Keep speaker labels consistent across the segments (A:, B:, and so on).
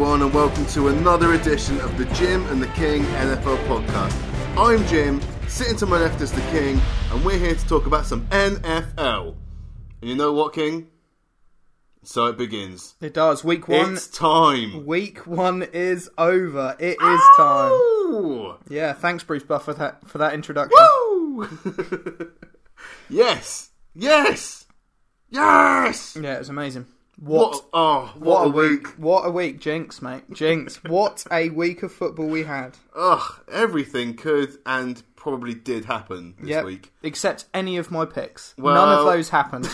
A: on, and welcome to another edition of the Jim and the King NFL podcast. I'm Jim, sitting to my left is the King, and we're here to talk about some NFL. And you know what, King? So it begins.
B: It does. Week one.
A: It's time.
B: Week one is over. It is time.
A: Ooh.
B: Yeah. Thanks, Bruce Buff, for that for that introduction.
A: Woo! yes, yes, yes.
B: Yeah, it was amazing.
A: What?
B: What?
A: Oh, what, a week.
B: What a week, Jinx, mate. Jinx. what a week of football we had.
A: Ugh, everything could and probably did happen this
B: Yep.
A: week.
B: Except any of my picks. None
A: Well-
B: of those happened.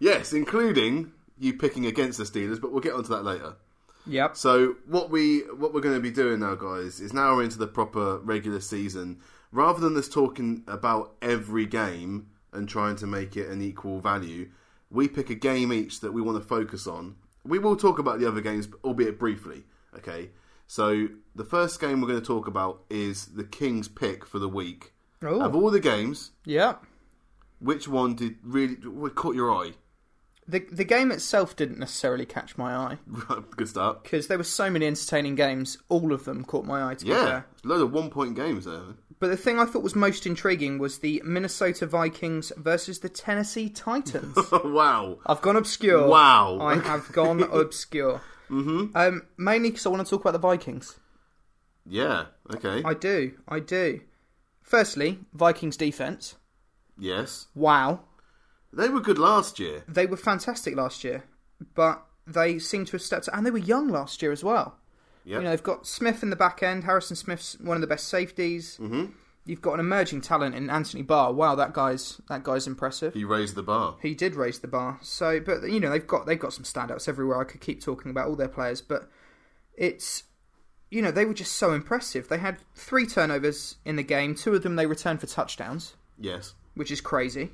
A: Yes, including you picking against the Steelers, but we'll get onto that later.
B: yep.
A: So what we what we're going to be doing now, guys, is now we're into the proper regular season. Rather than us talking about every game and trying to make it an equal value, we pick a game each that we want to focus on. We will talk about the other games, albeit briefly. Okay. So the first game we're going to talk about is the King's pick for the week.
B: Oh.
A: Of all the games,
B: Yep.
A: which one did really what caught your eye?
B: The the game itself didn't necessarily catch my eye
A: Good start.
B: because there were so many entertaining games. All of them caught my eye. To be
A: Yeah,
B: fair.
A: load of one point games there.
B: But the thing I thought was most intriguing was the Minnesota Vikings versus the Tennessee Titans.
A: wow.
B: I've gone obscure.
A: Wow.
B: I have gone obscure. Mm-hmm. Um, mainly because I want to talk about the Vikings.
A: Yeah. Okay.
B: I do. I do. Firstly, Vikings defense.
A: Yes.
B: Wow,
A: They were good last year.
B: they were fantastic last year, but they seem to have stepped up, and they were young last year as well.
A: Yep.
B: You know, they've got Smith in the back end. Harrison Smith's one of the best safeties. Mm-hmm. You've got an emerging talent in Anthony Barr. Wow, that guy's that guy's impressive.
A: He raised the bar.
B: He did raise the bar. So, but you know they've got they've got some standouts everywhere. I could keep talking about all their players, but it's you know they were just so impressive. They had three turnovers in the game. Two of them they returned for touchdowns,
A: Yes.
B: which is crazy.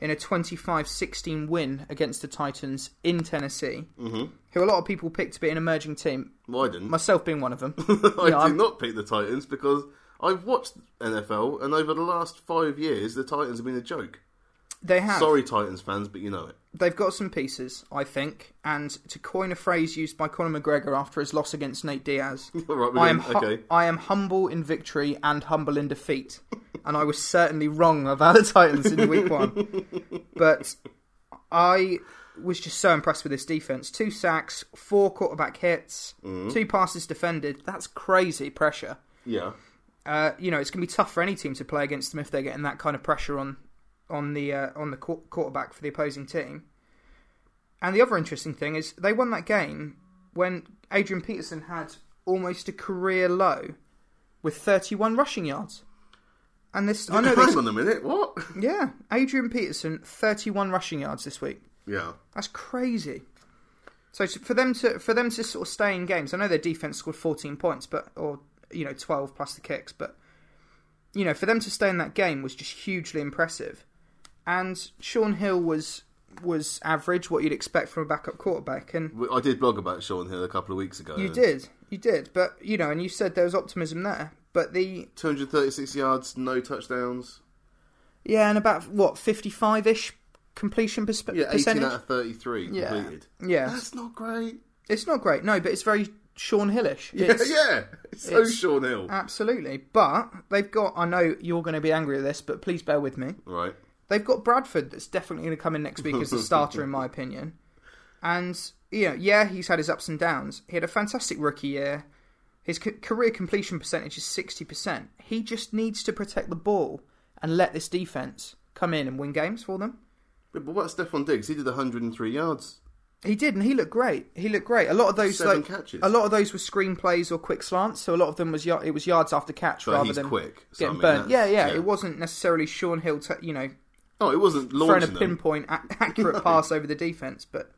B: In a 25-16 win against the Titans in Tennessee, mm-hmm. who a lot of people picked to be an emerging team,
A: Well, I didn't.
B: myself being one of them.
A: I
B: You know,
A: did
B: I'm-
A: not pick the Titans because I've watched NFL, and over the last five years, the Titans have been a joke.
B: They have.
A: Sorry, Titans fans, but you know it.
B: They've got some pieces, I think. And to coin a phrase used by Conor McGregor after his loss against Nate Diaz,
A: All right, we're
B: I am
A: doing-
B: hu-
A: okay.
B: I am humble in victory and humble in defeat, and I was certainly wrong about the Titans in week one. But I was just so impressed with this defense: two sacks, four quarterback hits,
A: Mm-hmm.
B: two passes defended. That's crazy pressure.
A: Yeah.
B: Uh, you know, it's going to be tough for any team to play against them if they're getting that kind of pressure on on the uh, on the qu- quarterback for the opposing team. And the other interesting thing is they won that game when Adrian Peterson had almost a career low with 31 rushing yards. And this, I know
A: Hang
B: this.
A: on a minute. What?
B: Yeah, Adrian Peterson, 31 rushing yards this week.
A: Yeah.
B: That's crazy. So to- for them to for them to sort of stay in games, I know their defense scored 14 points, but or you know 12 plus the kicks, but you know for them to stay in that game was just hugely impressive. And Sean Hill was was average, what you'd expect from a backup quarterback, and
A: We- I did blog about Sean Hill a couple of weeks ago.
B: you did, you did. But you know, and you said there was optimism there, but the
A: 236 yards, no touchdowns.
B: yeah, and about what 55 ish completion perspe-
A: Yeah, 18
B: percentage.
A: out of 33
B: yeah,
A: completed.
B: yeah,
A: That's not great.
B: it's not great, no, but it's very Sean Hillish.
A: Yeah,
B: It's-
A: yeah. It's so
B: it's-
A: Sean Hill.
B: Absolutely. But they've got, I know you're going to be angry at this, but please bear with me.
A: right.
B: They've got Bradford that's definitely going to come in next week as a starter, in my opinion. And, you know, yeah, he's had his ups and downs. He had a fantastic rookie year. His c- career completion percentage is 60%. He just needs to protect the ball and let this defense come in and win games for them.
A: But but what about Stefan Diggs? He did 103 yards.
B: He did, and he looked great. He looked great. A lot of those,
A: Seven
B: like,
A: catches.
B: a lot of those were screenplays or quick slants. So a lot of them was y- it was yards after catch
A: But
B: rather
A: he's
B: than
A: quick. So I
B: getting
A: mean,
B: burnt. Yeah,
A: that's-
B: yeah, It wasn't necessarily Sean Hill, t- you know,
A: Oh, it wasn't
B: throwing a
A: launching them.
B: pinpoint a- accurate pass over the defense, but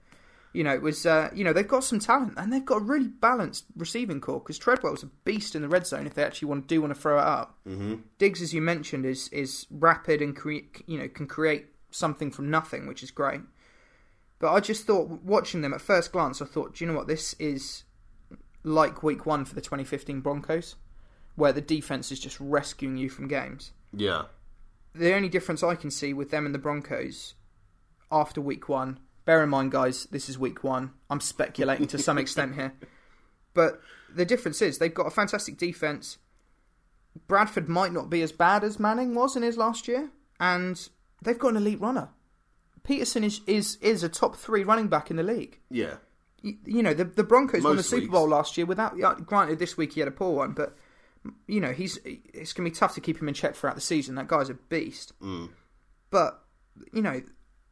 B: you know, it was uh, you know they've got some talent and they've got a really balanced receiving core because Treadwell's a beast in the red zone if they actually want do want to throw it up. Mm-hmm. Diggs, as you mentioned, is is rapid and cre- you know can create something from nothing, which is great. But I just thought watching them at first glance, I thought, do you know what this is like Week One for the 2015 Broncos, where the defense is just rescuing you from games
A: Yeah.
B: the only difference I can see with them and the Broncos after week one, Bear in mind, guys, this is week one. I'm speculating to some extent here. But the difference is they've got a fantastic defence. Bradford might not be as bad as Manning was in his last year, and they've got an elite runner. Peterson is is, is a top three running back in the league.
A: Yeah.
B: You, you know, the, the Broncos won the
A: Most
B: Super
A: weeks.
B: Bowl last year without. yeah, Granted, this week he had a poor one, but you know he's it's going to be tough to keep him in check throughout the season. That guy's a beast.
A: Mm.
B: But you know,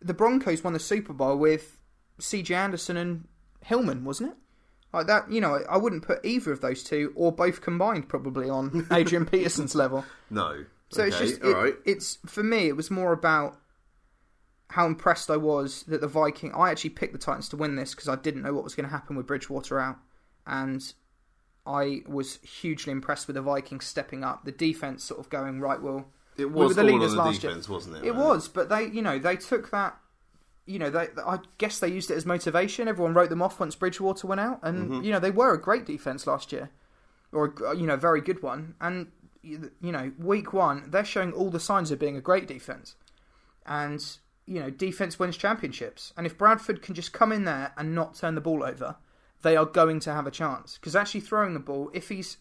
B: the Broncos won the Super Bowl with C.J. Anderson and Hillman, wasn't it? Like that, you know, I wouldn't put either of those two or both combined probably on Adrian Peterson's level.
A: No.
B: So
A: okay.
B: it's just,
A: all
B: it,
A: right.
B: it's for me, it was more about how impressed I was that the Viking. I actually picked the Titans to win this because I didn't know what was going to happen with Bridgewater out, and I was hugely impressed with the Vikings stepping up. The defense sort of going right. Well,
A: It
B: we
A: was
B: were the
A: all
B: leaders
A: on the
B: last year.
A: defense, wasn't it?
B: It
A: really?
B: was, but they, you know, they took that. You know, they, I guess they used it as motivation. Everyone wrote them off once Bridgewater went out, and
A: Mm-hmm.
B: you know they were a great defense last year, or a- you know, very good one. And you you know, week one, they're showing all the signs of being a great defense, and you know, defense wins championships. And if Bradford can just come in there and not turn the ball over, they are going to have a chance because actually throwing the ball, if he's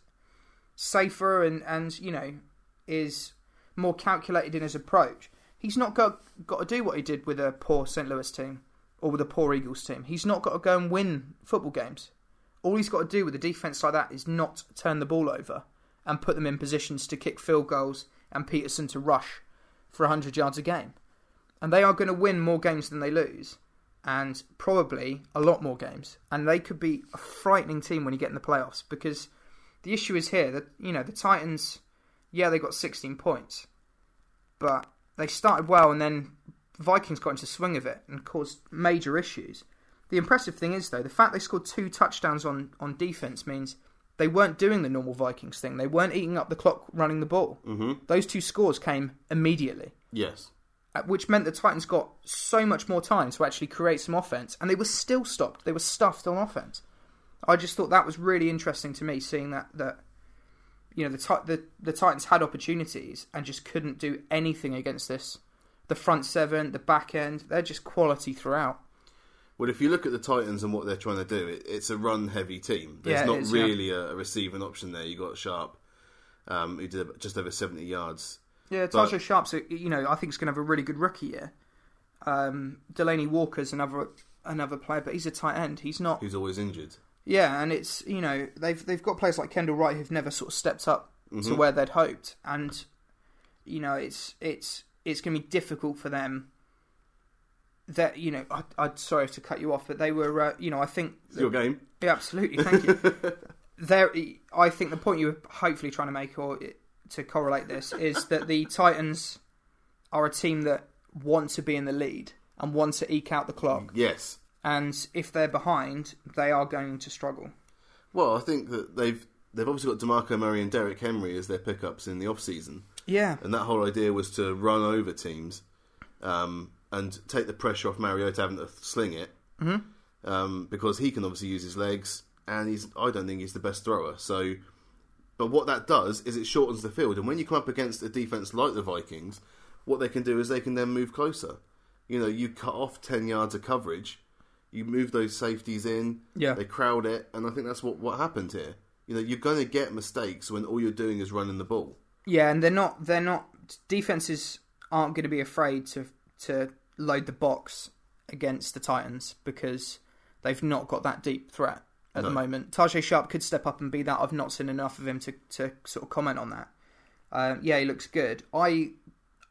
B: safer and and you know is more calculated in his approach. He's not got got to do what he did with a poor St. Louis team or with a poor Eagles team. He's not got to go and win football games. All he's got to do with a defense like that is not turn the ball over and put them in positions to kick field goals and Peterson to rush for 100 yards a game. And they are going to win more games than they lose and probably a lot more games. And they could be a frightening team when you get in the playoffs because the issue is here that you know the Titans, yeah, they got 16 points, but they started well and then Vikings got into the swing of it and caused major issues. The impressive thing is though the fact they scored two touchdowns on on defense means they weren't doing the normal Vikings thing. They weren't eating up the clock running the ball. Mm-hmm. Those two scores came immediately
A: Yes.
B: uh, which meant the Titans got so much more time to actually create some offense, and they were still stopped. They were stuffed on offense. I just thought that was really interesting to me, seeing that that you know the Ti- the, the Titans had opportunities and just couldn't do anything against this. The front seven, the back end, they're just quality throughout.
A: Well, if you look at the Titans and what they're trying to do, it, it's a run-heavy team. There's
B: Yeah, it
A: not
B: is, yeah.
A: really a, a receiving option there. You got Sharp, um, who did just over 70 yards.
B: Yeah,
A: But-
B: Tajay Sharp's, a- you know, I think is going to have a really good rookie year. Um, Delaney Walker's another another player, but he's a tight end. He's not
A: who's always injured.
B: Yeah, and it's you know they've they've got players like Kendall Wright who've never sort of stepped up to where they'd hoped, and you know it's it's it's going to be difficult for them. That you know, I, I'm sorry to cut you off, but they were uh, you know I think
A: It's your game.
B: yeah, absolutely. Thank you. there, I think the point you were hopefully trying to make, or to correlate this, is that the Titans are a team that want to be in the lead and want to eke out the
A: Mm.
B: clock,
A: Yes.
B: and if they're behind, they are going to struggle.
A: Well, I think that they've they've obviously got Demarco Murray and Derek Henry as their pickups in the off season,
B: Yeah,
A: and that whole idea was to run over teams um, and take the pressure off Mariota having to sling it, mm-hmm. um, because he can obviously use his legs, and he's I don't think he's the best thrower. So, but what that does is it shortens the field, and when you come up against a defense like the Vikings, what they can do is they can then move closer. You know, you cut off ten yards of coverage. You move those safeties in,
B: Yeah.
A: They crowd it, and I think that's what what happened here. You know, you're going to get mistakes when all you're doing is running the ball.
B: Yeah, and they're not they're not defenses aren't going to be afraid to to load the box against the Titans because they've not got that deep threat at the moment. Tajay Sharp could step up and be that. I've not seen enough of him to to sort of comment on that. Um, yeah, he looks good. I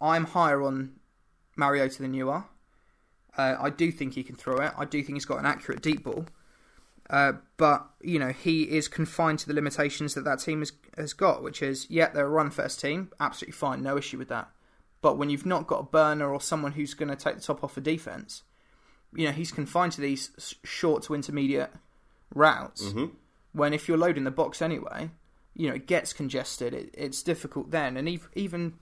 B: I'm higher on Mariota than you are. Uh, I do think he can throw it. I do think he's got an accurate deep ball. Uh, but you know he is confined to the limitations that that team has has got, which is yeah they're a run first team, absolutely fine, no issue with that. But when you've not got a burner or someone who's going to take the top off a defense, you know he's confined to these s- short to intermediate routes. When if you're loading the box anyway, you know it gets congested. It, it's difficult then, and ev- even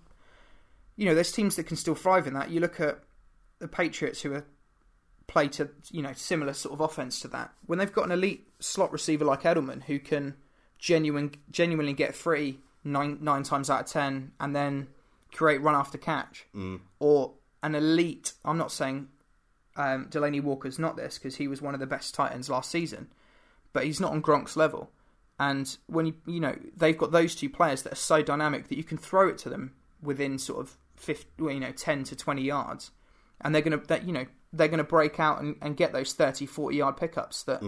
B: you know there's teams that can still thrive in that. You look at the Patriots who are play to you know similar sort of offense to that when they've got an elite slot receiver like Edelman who can genuine genuinely get free nine nine times out of ten and then create run after catch or an elite I'm not saying um, Delaney Walker's not this because he was one of the best tight ends last season, but he's not on Gronk's level. And when you you know they've got those two players that are so dynamic that you can throw it to them within sort of 50, well, you know ten to twenty yards, and they're gonna that you know they're gonna break out and, and get those 30, 40 yard pickups that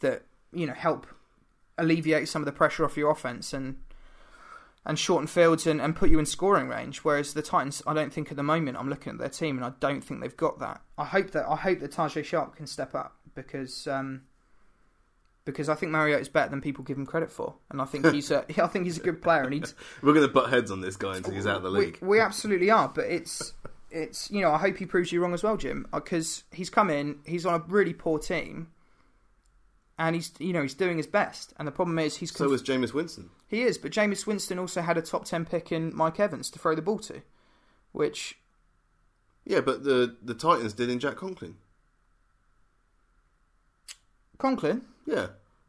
B: that you know help alleviate some of the pressure off your offense and and shorten fields and, and put you in scoring range. Whereas the Titans, I don't think at the moment I'm looking at their team and I don't think they've got that. I hope that I hope that Tajay Sharp can step up because um, because I think Marriott is better than people give him credit for, and I think he's a I think he's a good player and he's
A: We're going to butt heads on this guy until he's out of the league.
B: we, we absolutely are, but it's it's you know I hope he proves you wrong as well, Jim, because he's come in, he's on a really poor team, and he's you know he's doing his best, and the problem is he's
A: so was Jameis Winston.
B: he is, but Jameis Winston also had a top ten pick in Mike Evans to throw the ball to, which
A: Yeah, but the the Titans did in Jack Conklin.
B: Conklin
A: Yeah.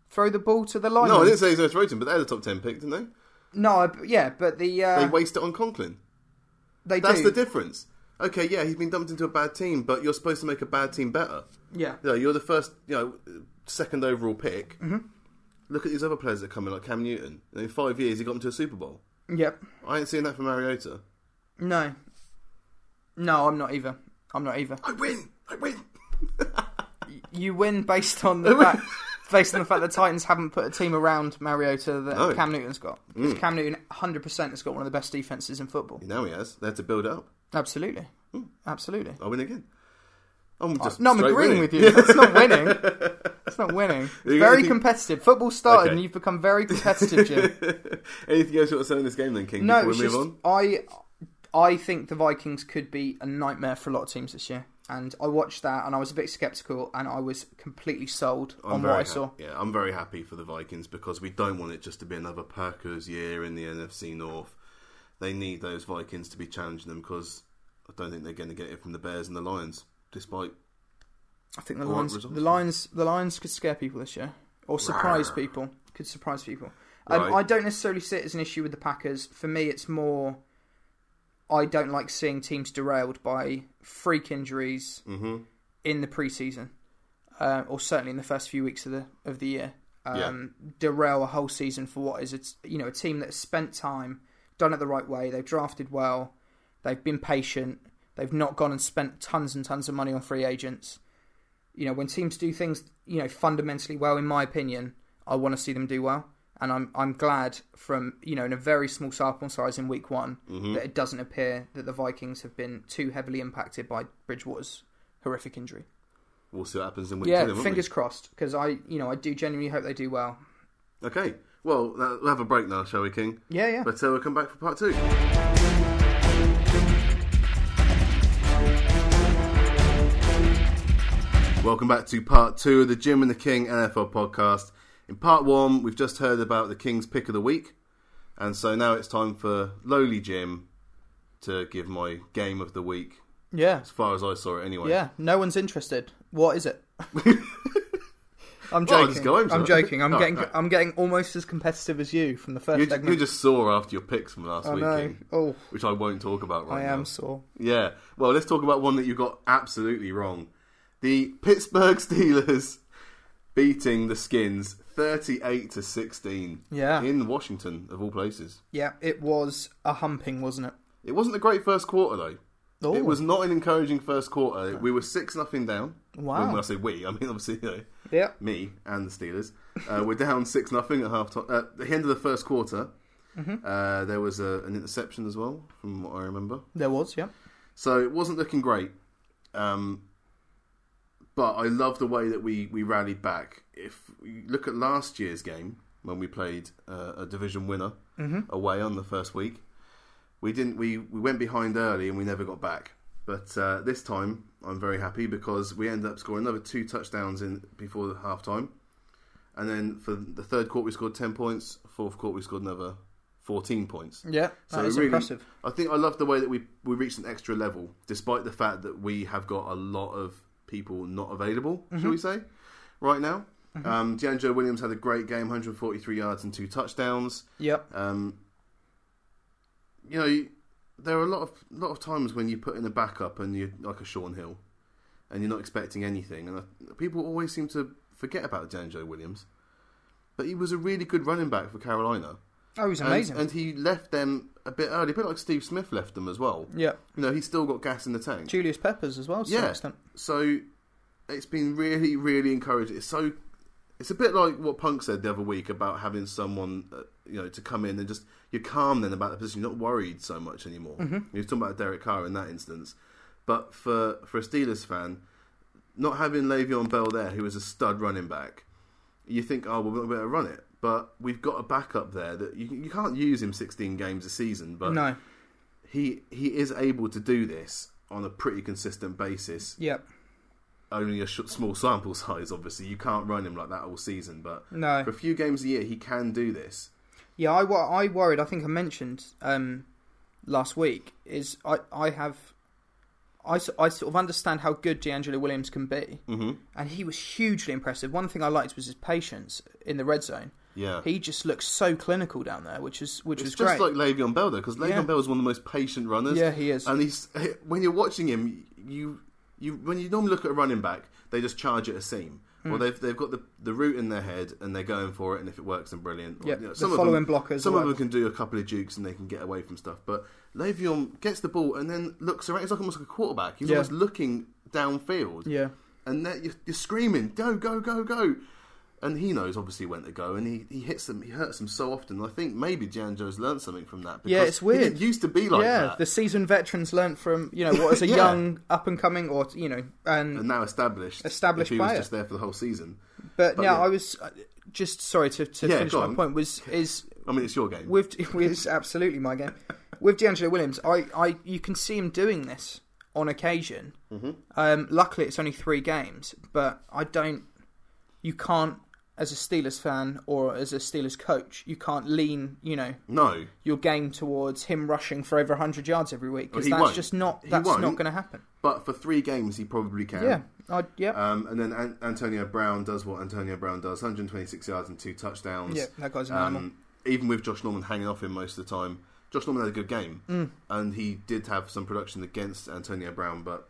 B: throw the ball to the line.
A: No, I didn't say he's going to throw to him, but they had a top ten pick, didn't
B: No, I- yeah, but the
A: they? They
B: uh,
A: waste it on Conklin.
B: they,
A: That's
B: do.
A: the difference. Okay, yeah, he's been dumped into a bad team, but you're supposed to make a bad team better.
B: yeah.
A: You know, you're the first, you know, second overall pick. Look at these other players that come in, like Cam Newton. And in five years, he got him to a Super Bowl.
B: Yep.
A: I ain't seen that from Mariota.
B: No. No, I'm not either. I'm not either.
A: I win! I win!
B: You win based on the fact based on the fact that Titans haven't put a team around Mariota that
A: No.
B: Cam Newton's got. Because
A: Mm.
B: Cam Newton 100% has got one of the best defenses in football.
A: Now he has. They had to build it up.
B: Absolutely. Absolutely.
A: I win again. Uh, I'm Mm. just
B: No, I'm
A: straight
B: agreeing
A: winning.
B: with you. It's not winning. It's not winning. It's
A: You
B: very
A: think-
B: competitive. Football started
A: Okay.
B: and you've become very competitive, Jim.
A: Anything else you want to say in this game then, King, before
B: No,
A: we
B: it's
A: move
B: just
A: on?
B: I I think the Vikings could be a nightmare for a lot of teams this year. And I watched that and I was a bit skeptical and I was completely sold on what I
A: ha-
B: saw.
A: Yeah, I'm very happy for the Vikings because we don't want it just to be another Packers year in the NFC North. They need those Vikings to be challenging them because I don't think they're going to get it from the Bears and the Lions, despite
B: I think the
A: All right,
B: Lions
A: results.
B: the Lions the Lions could scare people this year. Or surprise people. Could surprise people. Um,
A: Right.
B: I don't necessarily see it as an issue with the Packers. For me it's more I don't like seeing teams derailed by freak injuries
A: Mm-hmm.
B: in the preseason, uh, or certainly in the first few weeks of the of the year, um, derail a whole season for what is a t- you know a team that's spent time, done it the right way. They've drafted well, they've been patient, they've not gone and spent tons and tons of money on free agents. You know, when teams do things you know fundamentally well, in my opinion, I want to see them do well. And I'm I'm glad from you know in a very small sample size in week one
A: Mm-hmm.
B: that it doesn't appear that the Vikings have been too heavily impacted by Bridgewater's horrific injury.
A: we'll see what happens in week
B: Yeah,
A: two. then, won't we?
B: fingers crossed because I, you know, I do genuinely hope they do well.
A: Okay, well, that- we'll have a break now, shall we, King?
B: Yeah, yeah.
A: But uh, we'll come back for part two. Welcome back to part two of the Jim and the King NFL podcast. In part one, we've just heard about the King's pick of the week, and so now it's time for lowly Jim to give my game of the week,
B: yeah,
A: as far as I saw it anyway.
B: yeah. No one's interested. What is it? I'm
A: Well, I'll
B: joking.
A: just go home, shall I?
B: I'm joking. I'm
A: All right,
B: getting,
A: all right.
B: I'm getting almost as competitive as you from the first
A: You,
B: segment.
A: you just saw after your picks from last
B: I
A: week,
B: know.
A: King,
B: Oh,
A: which I won't talk about right
B: I
A: now.
B: am sore.
A: Yeah. Well, let's talk about one that you got absolutely wrong. The Pittsburgh Steelers beating the Skins 38 to 16
B: Yeah.
A: in Washington of all places.
B: Yeah, it was a humping, wasn't it?
A: It wasn't a great first quarter though.
B: Oh.
A: It was not an encouraging first quarter. We were 6 nothing down.
B: Wow.
A: When I say we, I mean obviously you know,
B: Yeah.
A: me and the Steelers. Uh, we're down 6 nothing at half time at the end of the first quarter.
B: Mm-hmm.
A: Uh, there was a, an interception as well, from what I remember.
B: There was. Yeah.
A: So it wasn't looking great. Um, but I love the way that we, we rallied back. If you look at last year's game, when we played uh, a division winner away on the first week, we didn't we, we went behind early and we never got back. But uh, this time, I'm very happy because we ended up scoring another two touchdowns in before the half time. And then for the third quarter, we scored 10 points. Fourth quarter, we scored another 14 points.
B: Yeah.
A: So
B: that is
A: really,
B: impressive.
A: I think I love the way that we we reached an extra level, despite the fact that we have got a lot of people not available, shall we say, right now. Um, D'Angelo Williams had a great game, 143 yards and two touchdowns.
B: Yep.
A: Um, you know, you- there are a lot of lot of times when you put in a backup and you like a Sean Hill, and you're not expecting anything. And I, people always seem to forget about Janjo Williams, but he was a really good running back for Carolina.
B: Oh, he's
A: And-
B: amazing.
A: And, he left them a bit early, a bit like Steve Smith left them as well.
B: yeah,
A: You know, he's still got gas in the tank.
B: Julius Peppers as well. To some
A: Yeah.
B: extent.
A: So it's been really, really encouraging. It's so it's a bit like what Punk said the other week about having someone uh, you know to come in and just you're calm then about the position. You're not worried so much anymore. He was talking about Derek Carr in that instance, but for for a Steelers fan, not having Le'Veon Bell there, who is a stud running back, you think, oh, well, we'll better run it. But we've got a backup there that you, you can't use him 16 games a season, but
B: no,
A: he he is able to do this on a pretty consistent basis
B: yeah,
A: only a sh- small sample size. Obviously, you can't run him like that all season, but
B: no.
A: for a few games a year, he can do this.
B: Yeah, I, wor- I worried. I think I mentioned um, last week is I, I have I, s- I sort of understand how good D'Angelo Williams can be,
A: Mm-hmm.
B: and he was hugely impressive. One thing I liked was his patience in the red zone.
A: Yeah,
B: He just looked so clinical down there, which is which
A: it's
B: was
A: just
B: great.
A: like Le'Veon Bell though, because Le'Veon
B: Yeah.
A: Bell is one of the most patient runners.
B: yeah, he is.
A: and he's when you're watching him, you you when you normally look at a running back, they just charge at a seam.
B: Hmm.
A: Well, they've they've got the the root in their head and they're going for it, and if it works, then brilliant. Or,
B: Yeah,
A: you know,
B: the
A: some of them-
B: following blockers.
A: Some
B: or
A: of them
B: whatever.
A: can do a couple of jukes and they can get away from stuff, but Le'Veon gets the ball and then looks around. It's like almost like a quarterback. He's
B: Yeah.
A: almost looking downfield.
B: yeah,
A: and that you're, you're screaming, "Go, go, go, go!" And he knows obviously when to go, and he, he hits them, he hurts them so often. I think maybe Janjo's learned something from that. Because
B: Yeah, it's
A: He
B: weird.
A: didn't used to be like
B: yeah.
A: that,
B: The seasoned veterans learnt from you know what is a
A: Yeah.
B: young up and coming or you know and
A: and now established,
B: Established
A: If he was
B: player.
A: just there for the whole season.
B: but,
A: but
B: yeah,
A: yeah.
B: I was uh, just sorry to, to
A: Yeah,
B: finish
A: go
B: my
A: on.
B: point was is
A: I mean, it's your game.
B: with with it's absolutely my game with D'Angelo Williams. I, I you can see him doing this on occasion.
A: Mm-hmm.
B: Um, luckily, it's only three games, but I don't. You can't, as a Steelers fan or as a Steelers coach, you can't lean. You know
A: no,
B: your game towards him rushing for over hundred yards every week
A: Well,
B: because
A: he
B: that's
A: won't.
B: just not
A: He
B: that's not
A: won't.
B: going to happen.
A: but for three games he probably can.
B: Yeah, I, yeah,
A: Um, and then An- Antonio Brown does what Antonio Brown does: 126 yards and two touchdowns.
B: yeah. That guy's an animal.
A: Um, even with Josh Norman hanging off him most of the time, Josh Norman had a good game, and he did have some production against Antonio Brown. But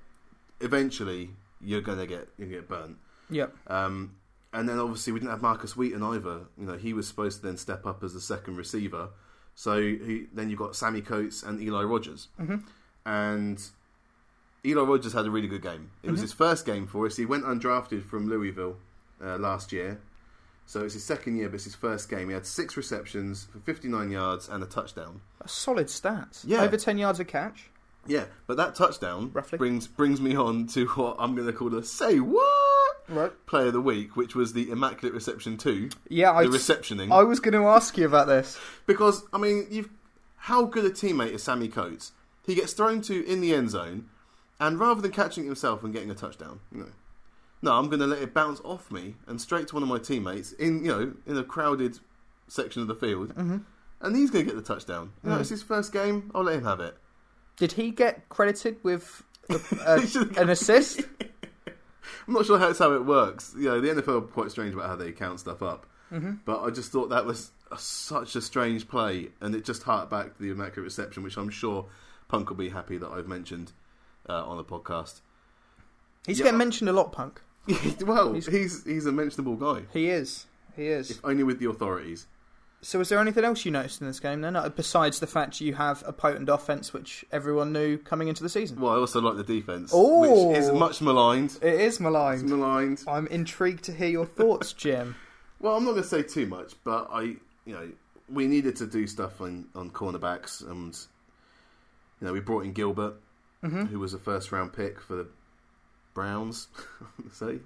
A: eventually, you're gonna get you get burnt.
B: Yeah,
A: Um, and then obviously we didn't have Marcus Wheaton either. You know he was supposed to then step up as the second receiver. So he, then you've got Sammy Coates and Eli Rogers,
B: Mhm.
A: and Eli Rogers had a really good game. It
B: Mm-hmm.
A: was his first game for us. He went undrafted from Louisville uh, last year, so it's his second year, but it's his first game. He had six receptions for 59 yards and a touchdown.
B: That's solid stats.
A: Yeah.
B: over ten yards a catch.
A: Yeah, but that touchdown
B: Roughly.
A: brings brings me on to what I'm going to call the say what
B: Right.
A: play of the week, which was the immaculate reception two.
B: Yeah, I
A: the receptioning.
B: I was going to ask you about this.
A: Because I mean, you've how good a teammate is Sammy Coates? He gets thrown to in the end zone, and rather than catching it himself and getting a touchdown, you know, no, I'm going to let it bounce off me and straight to one of my teammates in you know in a crowded section of the field,
B: Mm-hmm.
A: and he's going to get the touchdown. You
B: Mm.
A: know, it's his first game. I'll let him have it.
B: Did he get credited with a, a, an assist?
A: I'm not sure how that's how it works. You know, the NFL are quite strange about how they count stuff up. But I just thought that was a, such a strange play, and it just harked back to the immaculate reception, which I'm sure Punk will be happy that I've mentioned uh, on the podcast.
B: He's
A: Yeah.
B: getting mentioned a lot, Punk.
A: well,
B: He's-
A: he's, he's a mentionable guy,
B: He is. He is.
A: if only with the authorities.
B: So, is there anything else you noticed in this game then, uh, besides the fact you have a potent offense, which everyone knew coming into the season?
A: Well, I also like the defense,
B: Ooh.
A: which is much maligned.
B: It is
A: It's
B: maligned.
A: maligned.
B: I'm intrigued to hear your thoughts, Jim.
A: Well, I'm not going to say too much, but I, you know, we needed to do stuff on on cornerbacks, and you know, we brought in Gilbert, who was a first round pick for the Browns. say,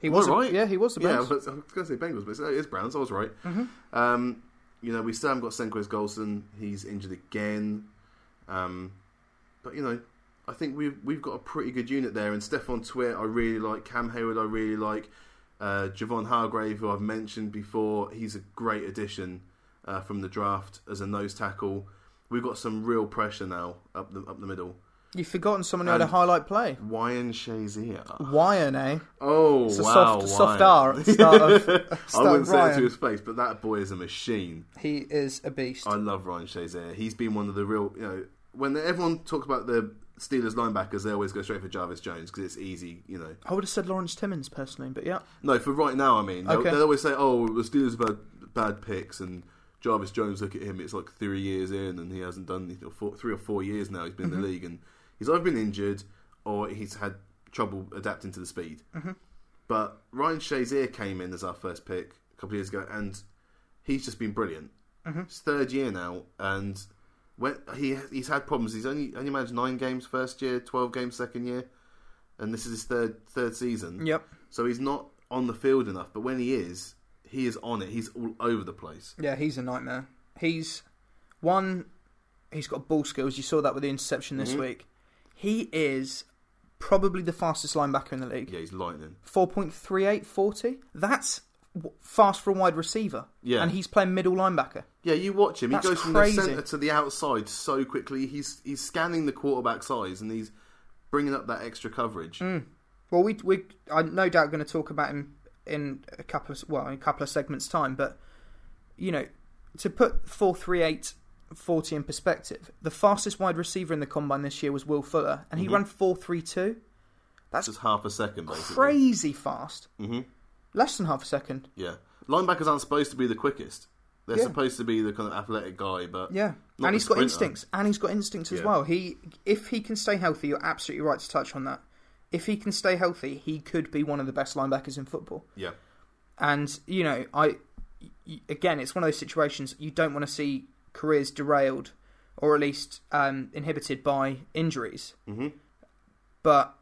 B: He
A: Am I
B: was a-
A: right?
B: Yeah, he was the
A: yeah, I
B: best.
A: was, I was going to say Bengals, but it's, it's Browns. I was right.
B: Mm-hmm.
A: Um, you know, we still haven't got Senquez Golson. He's injured again, um, but you know. I think we've we've got a pretty good unit there, and Stefan Twitt I really like, Cam Hayward I really like, uh, Javon Hargrave, who I've mentioned before, he's a great addition uh, from the draft as a nose tackle. We've got some real pressure now up the up the middle.
B: You've forgotten someone who had a
A: And-
B: highlight play.
A: Wyan Shazier.
B: Wyan, eh?
A: Oh
B: It's a
A: wow,
B: soft, soft
A: Wyan.
B: R at the start of. start
A: I wouldn't say it
B: Ryan.
A: to his face, but that boy is a machine.
B: He is a beast.
A: I love Ryan Shazier. He's been one of the real, you know, when everyone talks about the Steelers linebackers, they always go straight for Jarvis Jones because it's easy, you know.
B: I would have said Lawrence Timmons personally, but yeah.
A: No, for right now, I mean, they'll,
B: Okay.
A: they'll always say, "Oh, the Steelers are bad, bad picks," and Jarvis Jones. Look at him; it's like three years in, and he hasn't done anything. or Four, three or four years now. He's been in the league, and he's either been injured or he's had trouble adapting to the speed. Mm-hmm. But Ryan Shazier came in as our first pick a couple of years ago, and he's just been brilliant. It's third year now, and when he he's had problems. He's only only managed nine games first year, twelve games second year, and this is his third third season.
B: Yep.
A: So he's not on the field enough, but when he is, he is on it. He's all over the place.
B: Yeah, he's a nightmare. He's one. He's got ball skills. You saw that with the interception
A: Mm-hmm.
B: this week. He is probably the fastest linebacker in the league.
A: Yeah, he's lightning.
B: 4.38, 40. That's w- fast for a wide receiver.
A: Yeah.
B: And he's playing middle linebacker.
A: Yeah, you watch him. He
B: That's
A: goes from
B: crazy.
A: the center to the outside so quickly. He's he's scanning the quarterback size and he's bringing up that extra coverage.
B: Mm. Well, we we I'm no doubt going to talk about him in a couple of well, in a couple of segments time, but you know, to put 438 40 in perspective, the fastest wide receiver in the combine this year was Will Fuller, and he ran 432.
A: That's just half a second, Mm-hmm. basically.
B: Crazy fast. Mm-hmm. Less than half a second.
A: Yeah, linebackers aren't supposed to be the quickest. They're
B: Yeah.
A: supposed to be the kind of athletic guy, but
B: Yeah.
A: Not
B: and
A: a
B: he's got
A: sprinter.
B: instincts. And he's got instincts as
A: Yeah.
B: well. He if he can stay healthy, you're absolutely right to touch on that. If he can stay healthy, he could be one of the best linebackers in football.
A: yeah,
B: and you know i y- again it's one of those situations you don't want to see careers derailed or at least um, inhibited by injuries mm-hmm. but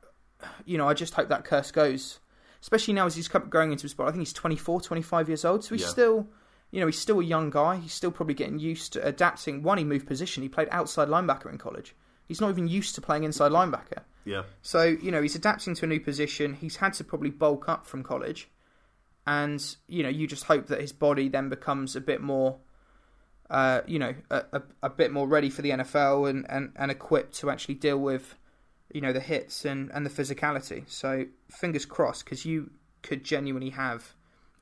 B: you know i just hope that curse goes especially now as he's come- going into his spot i think he's 24 25 years old so he's
A: Yeah.
B: still you know he's still a young guy he's still probably getting used to adapting one he moved position he played outside linebacker in college he's not even used to playing inside linebacker
A: yeah.
B: so, you know, he's adapting to a new position. He's had to probably bulk up from college. And, you know, you just hope that his body then becomes a bit more, uh, you know, a, a, a bit more ready for the NFL and, and, and equipped to actually deal with, you know, the hits and, and the physicality. So, fingers crossed, because you could genuinely have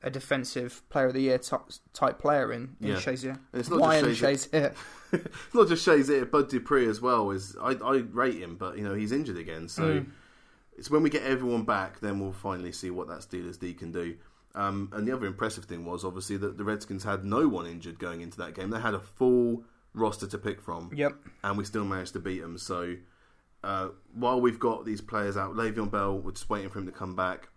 B: a defensive player of the year ty- type player in, in
A: Yeah.
B: Shazier.
A: And it's not
B: Why
A: just
B: in
A: Shazier.
B: Shazier?
A: It's not just Shazier, Bud Dupree as well is. I, I rate him, but you know he's injured again. So it's when we get everyone back, then we'll finally see what that Steelers D can do. Um, and the other impressive thing was obviously that the Redskins had no one injured going into that game. They had a full roster to pick from,
B: Yep.
A: and we still managed to beat them. So uh, while we've got these players out, Le'Veon Bell, we're just waiting for him to come back.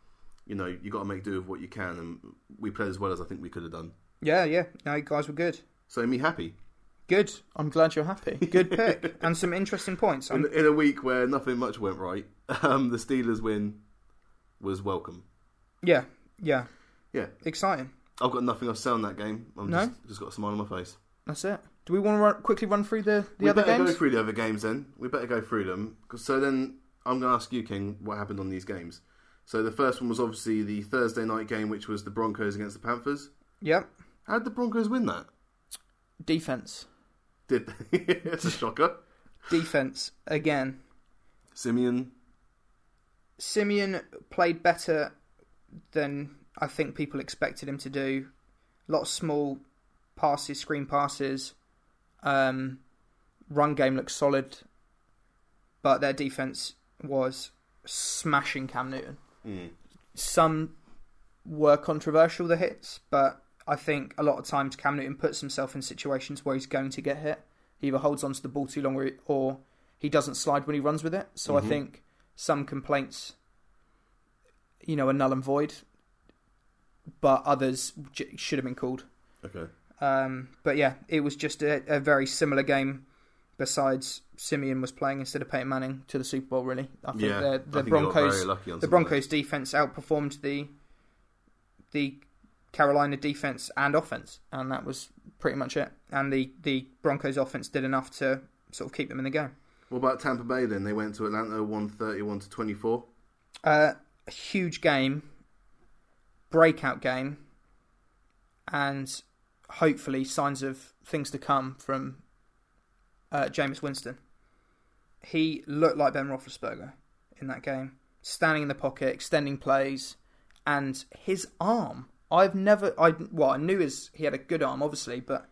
A: You know, you got to make do with what you can, and we played as well as I think we could have done.
B: Yeah, yeah. No, you guys were good.
A: So me happy.
B: Good. I'm glad you're happy. Good pick. and some interesting points. I'm-
A: in, in a week where nothing much went right, um, the Steelers win was welcome.
B: yeah, yeah.
A: Yeah,
B: Exciting.
A: I've got nothing else to say on that game. I'm
B: No?
A: just, just got a smile on my face.
B: That's it. Do we want to run, quickly run through the, the
A: we
B: other
A: better go
B: games?
A: through the other games then. We better go through them. 'Cause- So then I'm going to ask you, King, what happened on these games. So the first one was obviously the Thursday night game, which was the Broncos against the Panthers.
B: Yep.
A: How did the Broncos win that?
B: Defense.
A: Did they? it's a shocker.
B: Defense again.
A: Simeon,
B: Simeon played better than I think people expected him to do. A lot of small passes, screen passes. Um, run game looked solid, but their defense was smashing Cam Newton. Some were controversial the hits, but I think a lot of times Cam Newton puts himself in situations where he's going to get hit. He either holds onto the ball too long or he, or he doesn't slide when he runs with it. So
A: Mm-hmm.
B: I think some complaints, you know, are null and void, but others j- should have been called.
A: okay,
B: Um, but yeah, it was just a, a very similar game. Besides, Simeon was playing instead of Peyton Manning to the Super Bowl. Really, I think
A: Yeah, I
B: the, the
A: think you got
B: Broncos,
A: very lucky on some
B: the
A: of
B: Broncos defense outperformed the the Carolina defense and offense, and that was pretty much it. And the the Broncos offense did enough to sort of keep them in the game.
A: what about Tampa Bay? Then they went to Atlanta, one thirty-one to twenty-four.
B: Uh, a huge game, breakout game, and hopefully signs of things to come from uh, James Winston. He looked like Ben Roethlisberger in that game, standing in the pocket, extending plays, and his arm. I've never, I well, I knew his he had a good arm, obviously, but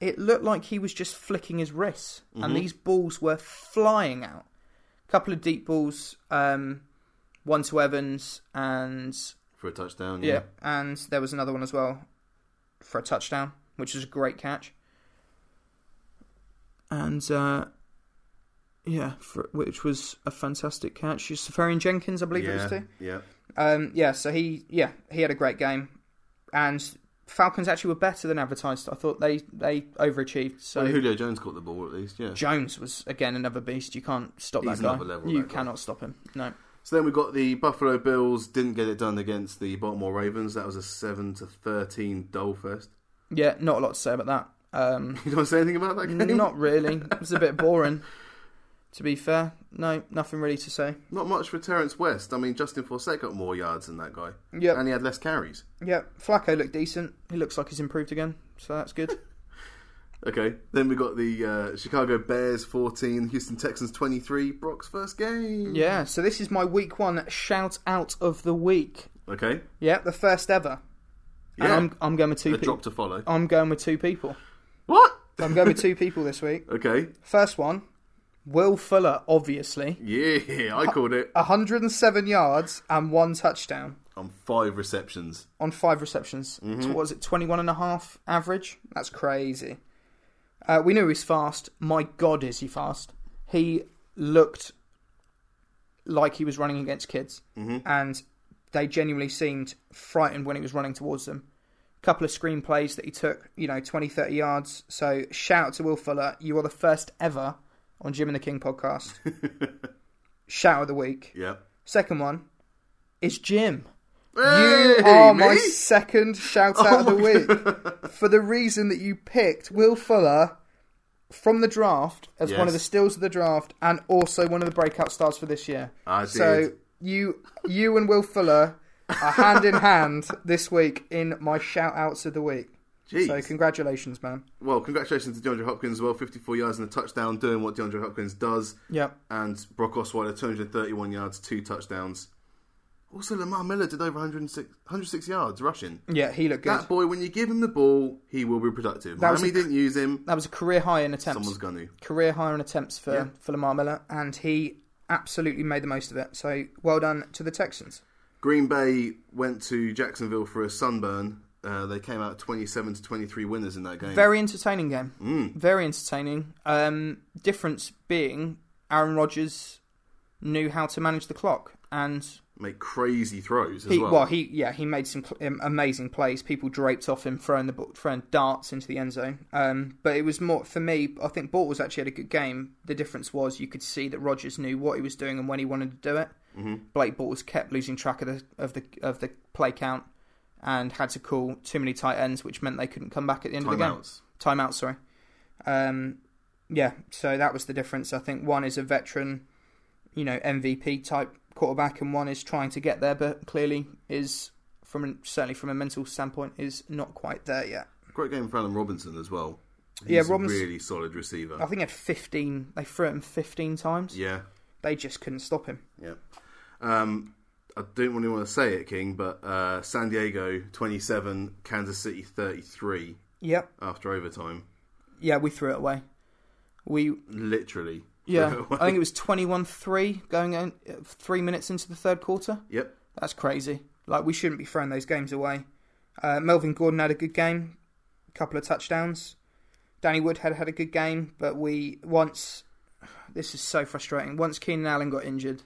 B: it looked like he was just flicking his wrists, and these balls were flying out. couple of deep balls, um, one to Evans, and
A: for a touchdown.
B: yeah.
A: Yeah,
B: and there was another one as well for a touchdown, which was a great catch. And uh, yeah, for, which was a fantastic catch. Safarian Jenkins, I believe it was
A: yeah,
B: too.
A: yeah.
B: Um, yeah, so he yeah he had a great game, and Falcons actually were better than advertised. I thought they they overachieved. So
A: Well, Julio Jones caught the ball at least. Yeah.
B: Jones was again another beast. You can't stop
A: He's
B: that guy.
A: another level,
B: you
A: that guy.
B: cannot stop him. No.
A: So then we got the Buffalo Bills didn't get it done against the Baltimore Ravens. That was a seven to thirteen dollfest.
B: Yeah, not a lot to say about that. Um,
A: You don't say anything about that game.
B: not really. It was a bit boring. To be fair, no, nothing really to say.
A: Not much for Terrence West. I mean, Justin Forsett got more yards than that guy,
B: Yep,
A: and he had less carries.
B: yep. Flacco looked decent. He looks like he's improved again, so that's good.
A: Okay, then we got the uh, Chicago Bears 14, Houston Texans 23, Brock's first game.
B: yeah. So this is my week one shout out of the week.
A: Okay.
B: Yeah, the first ever. And
A: Yeah.
B: I'm I'm going with two.
A: A
B: people.
A: drop to follow.
B: I'm going with two people.
A: What?
B: I'm going with two people this week.
A: Okay.
B: First one, Will Fuller, obviously.
A: Yeah, I called it.
B: 107 yards and one touchdown
A: On five receptions.
B: on five receptions. So What was it, 21 and a half average? That's crazy. Uh, we knew he's fast. My God, is he fast? He looked like he was running against kids. And they genuinely seemed frightened when he was running towards them. Couple of screenplays that he took, you know, 20, 30 yards. So shout out to Will Fuller. You are the first ever on Jim and the King podcast. shout out of the week.
A: Yeah.
B: Second one is Jim.
A: Hey, me?
B: you are Oh
A: Oh
B: my second shout out of the week for the reason that you picked Will Fuller from the draft as one
A: Yes.
B: of the stills of the draft and also one of the breakout stars for this year.
A: I
B: So
A: did.
B: you you and Will Fuller are hand in hand this week in my shout outs of the week.
A: Jeez.
B: So congratulations, man.
A: well, congratulations to DeAndre Hopkins as well. 54 yards and a touchdown, doing what DeAndre Hopkins does.
B: Yeah.
A: And Brock Osweiler, 231 yards, two touchdowns. Also, Lamar Miller did over 106, 106 yards rushing.
B: Yeah, he looked good.
A: That boy, when you give him the ball, he will be productive.
B: That was
A: Miami
B: a-
A: didn't use him.
B: That was a career high in attempts.
A: Someone's going to.
B: career high in attempts for,
A: Yeah.
B: for Lamar Miller, and he absolutely made the most of it. So well done to the Texans.
A: Green Bay went to Jacksonville for a sunburn. Uh, they came out 27 to 23 winners in that game.
B: Very entertaining game. Very entertaining. Um, difference being Aaron Rodgers knew how to manage the clock, and
A: Make crazy throws as
B: he,
A: well.
B: well. he yeah, he made some pl- um, amazing plays. People draped off him, throwing the ball, throwing darts into the end zone. Um, but it was more for me. I think Ball was actually had a good game. The difference was you could see that Rogers knew what he was doing and when he wanted to do it. mm Blake Bortles kept losing track of the of the of the play count and had to call too many tight ends, which meant they couldn't come back at the end of the game
A: Timeouts.
B: timeout. Sorry. Um, yeah, so that was the difference. I think one is a veteran, you know, MVP type quarterback, and one is trying to get there, but clearly is from an, certainly from a mental standpoint is not quite there yet.
A: Great game for Alan Robinson as well. He's
B: Yeah,
A: a
B: Robinson- Oh.
A: really solid receiver.
B: I think he had fifteen. They threw him fifteen times.
A: Yeah,
B: They just couldn't stop him.
A: yeah. Um, I don't really want to say it, King, but uh, San Diego 27, Kansas City 33
B: Yep.
A: after overtime.
B: Yeah, we threw it away. We
A: Literally.
B: yeah. I think it was twenty-one-three going in, uh, three minutes into the third quarter.
A: Yep.
B: That's crazy. Like we shouldn't be throwing those games away. Uh, Melvin Gordon had a good game, couple of touchdowns. Danny Wood had had a good game, but we once this is so frustrating. Once Keenan Allen got injured,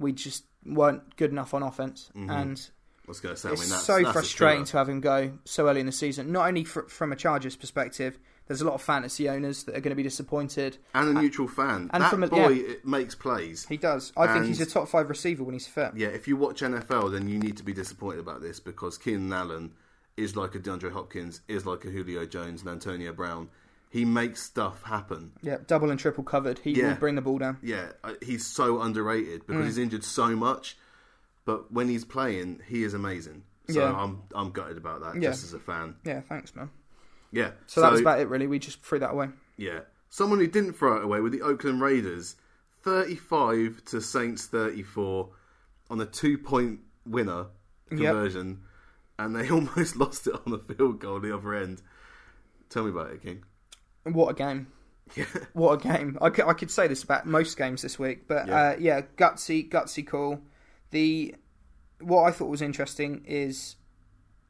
B: we just weren't good enough on offense, and
A: I was going to say, Mm-hmm. I
B: it's
A: mean, that's,
B: so
A: that's a
B: frustrating
A: thriller.
B: to have him go so early in the season. Not only fr- from a Chargers perspective, there's a lot of fantasy owners that are going to be disappointed.
A: And a neutral fan.
B: and
A: that
B: from a-
A: boy
B: yeah.
A: it makes plays.
B: He does. I think
A: And-
B: he's a top five receiver when he's fit.
A: Yeah, if you watch NFL, then you need to be disappointed about this because Keenan Allen is like a DeAndre Hopkins, is like a Julio Jones and Antonio Brown. He makes stuff happen.
B: Yeah, double and triple covered. He
A: Yeah.
B: will bring the ball down.
A: Yeah, I- he's so underrated
B: Mm.
A: because he's injured so much, but when he's playing, he is amazing. So
B: Yeah.
A: I'm I'm gutted about that
B: Yeah.
A: just as a fan.
B: Yeah, thanks, man.
A: Yeah.
B: So, that was about it, really. We just threw that away.
A: Yeah. Someone who didn't throw it away with the Oakland Raiders, 35 to Saints 34 on a two point winner conversion. And they almost lost it on the field goal the other end. Tell me about it, King.
B: What a game! What a game! I could, I could say this about most games this week, but
A: Yeah.
B: Uh, yeah, gutsy, gutsy call. The what I thought was interesting is,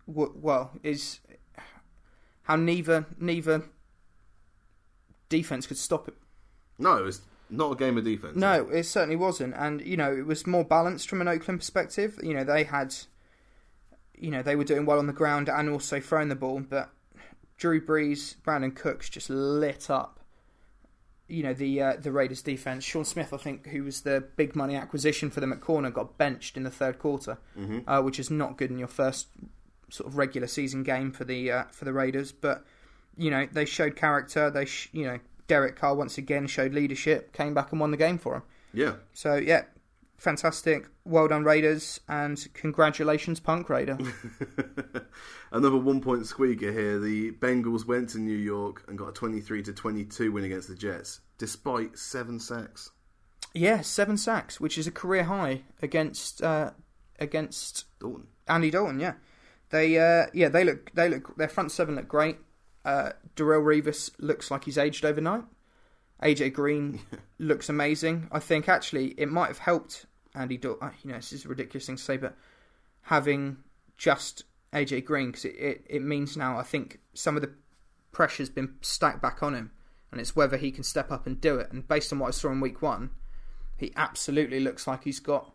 B: wh- well, is how neither neither defense could stop it.
A: No, it was not a game of defense.
B: No, it certainly wasn't, and you know it was more balanced from an Oakland perspective. You know they had, you know they were doing well on the ground and also throwing the ball, but Drew Brees, Brandon Cooks just lit up. You know the uh, the Raiders defense. Sean Smith, I think, who was the big money acquisition for them at corner, got benched in the third quarter, uh, which is not good in your first sort of regular season game for the uh, for the Raiders. But you know they showed character. They sh- you know Derek Carr once again showed leadership, came back and won the game for them.
A: Yeah.
B: So yeah, fantastic. Well done Raiders, and congratulations Punk Raider.
A: Another one point squeaker here. The Bengals went to New York and got a 23 to 22 win against the Jets, despite seven sacks.
B: yeah, seven sacks, which is a career high against uh, against
A: Dalton.
B: Andy Dalton. Yeah, they uh, yeah they look they look their front seven look great. Uh, Darrell Revis looks like he's aged overnight. AJ Green looks amazing. I think actually it might have helped Andy Dalton. You know, this is a ridiculous thing to say, but having just AJ Green because it, it, it means now I think some of the pressure's been stacked back on him, and it's whether he can step up and do it. And based on what I saw in week one, he absolutely looks like he's got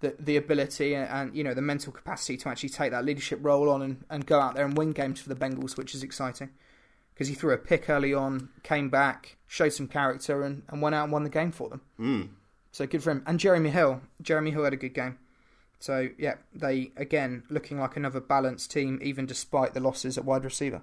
B: the the ability and, and you know the mental capacity to actually take that leadership role on and, and go out there and win games for the Bengals, which is exciting. Because he threw a pick early on, came back, showed some character, and, and went out and won the game for them.
A: Mm.
B: So good for him. And Jeremy Hill. Jeremy Hill had a good game. So yeah, they again looking like another balanced team, even despite the losses at wide receiver.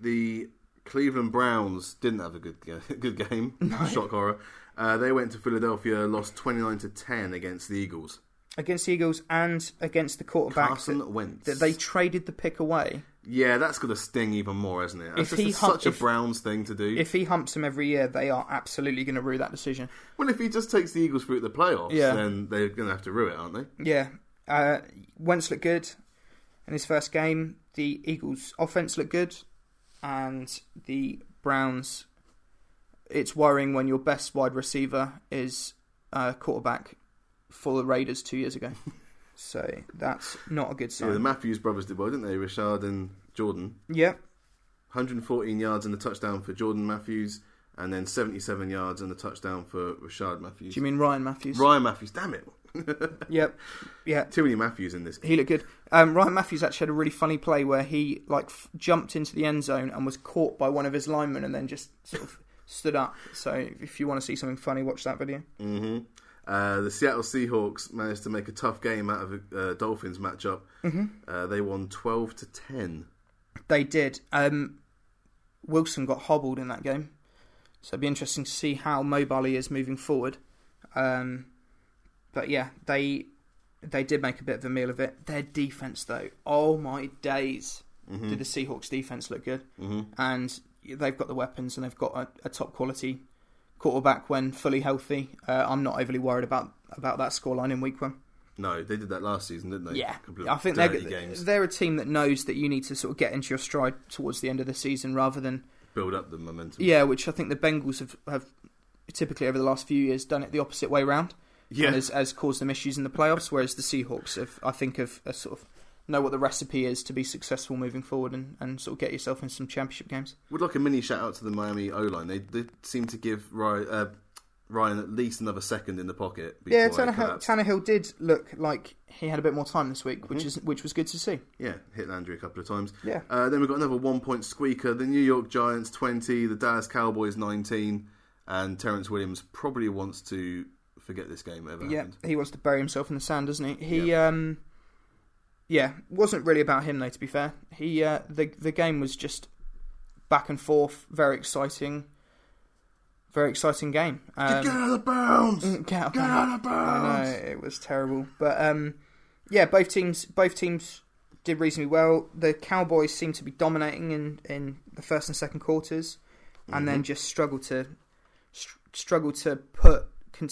A: The Cleveland Browns didn't have a good ga- good game. Shock horror. Uh, they went to Philadelphia, lost 29 to 10 against the Eagles.
B: Against the Eagles and against the quarterbacks
A: Carson
B: that,
A: Wentz.
B: that they traded the pick away.
A: yeah, that's going to sting even more, isn't it? That's
B: If
A: just
B: he
A: a-
B: hum-
A: such a
B: if-
A: Browns thing to do.
B: If he humps them every year, they are absolutely going to rue that decision.
A: well, if he just takes the Eagles through to the playoffs,
B: Yeah.
A: then they're going to have to rue it, aren't they?
B: Yeah. Uh, Wentz looked good in his first game. The Eagles' offense looked good, and the Browns. It's worrying when your best wide receiver is uh, quarterback for the Raiders two years ago. so that's not a good
A: Yeah, the
B: sign.
A: Matthews brothers did well, didn't they? Richard and Jordan.
B: Yeah,
A: 114 yards and a touchdown for Jordan Matthews, and then 77 yards and a touchdown for Richard Matthews.
B: do you mean Ryan Matthews?
A: Ryan Matthews, damn it.
B: Yep. Yeah.
A: Too many Matthews in this.
B: He looked good. Um, Ryan Matthews actually had a really funny play where he like f- jumped into the end zone and was caught by one of his linemen and then just sort of stood up. So if you want to see something funny, watch that video.
A: hmm
B: Mm-hmm.
A: Uh, the Seattle Seahawks managed to make a tough game out of a uh, Dolphins matchup.
B: Mm-hmm.
A: Uh, they won 12 to 10.
B: They did. Um, Wilson got hobbled in that game, so it'd be interesting to see how mobile he is moving forward. Um, but yeah, they they did make a bit of a meal of it. Their defense, though, oh my days, did the Seahawks defense look good? Mm-hmm. And they've got the weapons and they've got a, a top quality quarterback when fully healthy. Uh, I'm not overly worried about about that scoreline in week one.
A: No, they did that last season, didn't they?
B: Yeah,
A: Couple of
B: I think they're
A: dirty games.
B: they're a team that knows that you need to sort of get into your stride towards the end of the season rather than
A: Build up the momentum.
B: yeah, which I think the Bengals have, have typically over the last few years done it the opposite way round.
A: Yeah.
B: and has, has caused them issues in the playoffs. Whereas the Seahawks have, I think, have, have sort of know what the recipe is to be successful moving forward and, and sort of get yourself in some championship games.
A: Would like a mini shout out to the Miami O line. They, they seem to give Ryan, uh, Ryan at least another second in the pocket. Before
B: Yeah,
A: they
B: Tannehill,
A: collapse.
B: Tannehill did look like he had a bit more time this week, which is which was good to see.
A: Yeah, hit Landry a couple of times.
B: Yeah.
A: Uh, then we've got another one point squeaker. The New York Giants 20, the Dallas Cowboys 19, and Terrence Williams probably wants to forget this game ever
B: Yeah,
A: happened.
B: he wants to bury himself in the sand, doesn't he? He, um, yeah, wasn't really about him though. To be fair, he uh, the the game was just back and forth, very exciting, very exciting game. Um, Mm.
A: Get out of bounds!
B: get out of
A: Get out of
B: I know
A: bounds!
B: it was terrible, but um, yeah, both teams both teams did reasonably well. The Cowboys seemed to be dominating in in the first and second quarters, and
A: Mm-hmm.
B: then just struggled to str- struggled to put con-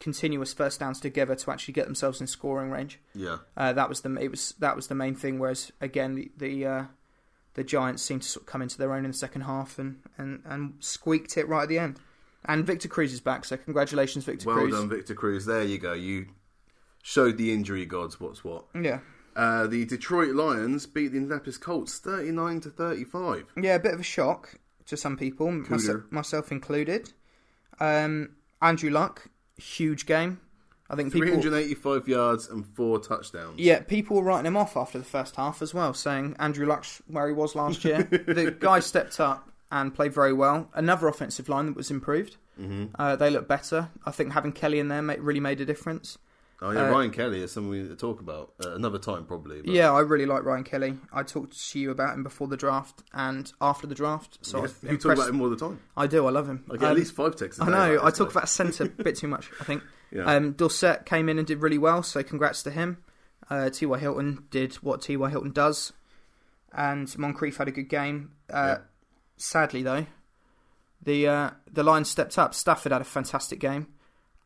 B: continuous first downs together to actually get themselves in scoring range.
A: Yeah.
B: Uh, that was the it was that was the main thing. Whereas again the the, uh, the Giants seemed to sort of come into their own in the second half and, and, and squeaked it right at the end. And Victor Cruz is back, so congratulations, Victor
A: Well
B: Cruz.
A: done, Victor Cruz. There you go. You showed the injury gods what's what.
B: Yeah.
A: Uh, the Detroit Lions beat the Indianapolis Colts 39 to 35.
B: Yeah, a bit of a shock to some people, myself,
A: Cooter.
B: myself included. Um, Andrew Luck, huge game. I think people
A: 385 yards and four touchdowns.
B: Yeah, people were writing him off after the first half as well, saying Andrew Luck's where he was last year. the guy stepped up and played very well. Another offensive line that was improved. Mm-hmm. Uh, they looked better. I think having Kelly in there ma- really made a difference.
A: Oh,
B: Uh,
A: yeah, Ryan Kelly is someone we need to talk about uh, another time, probably. But
B: Yeah, I really like Ryan Kelly. I talked to you about him before the draft and after the draft. So I was
A: You talk
B: impressed-
A: about him all the time.
B: I do. I love him.
A: I get
B: Um,
A: at least five texts. a
B: I
A: day
B: know. I
A: this
B: talk
A: guy.
B: about centre a bit too much. I think.
A: Yeah.
B: Um, Dorset came in and did really well, so congrats to him. Uh, T.Y. Hilton did what T.Y. Hilton does, and Moncrief had a good game. Uh,
A: Yeah.
B: Sadly, though, the uh, the Lions stepped up. Stafford had a fantastic game,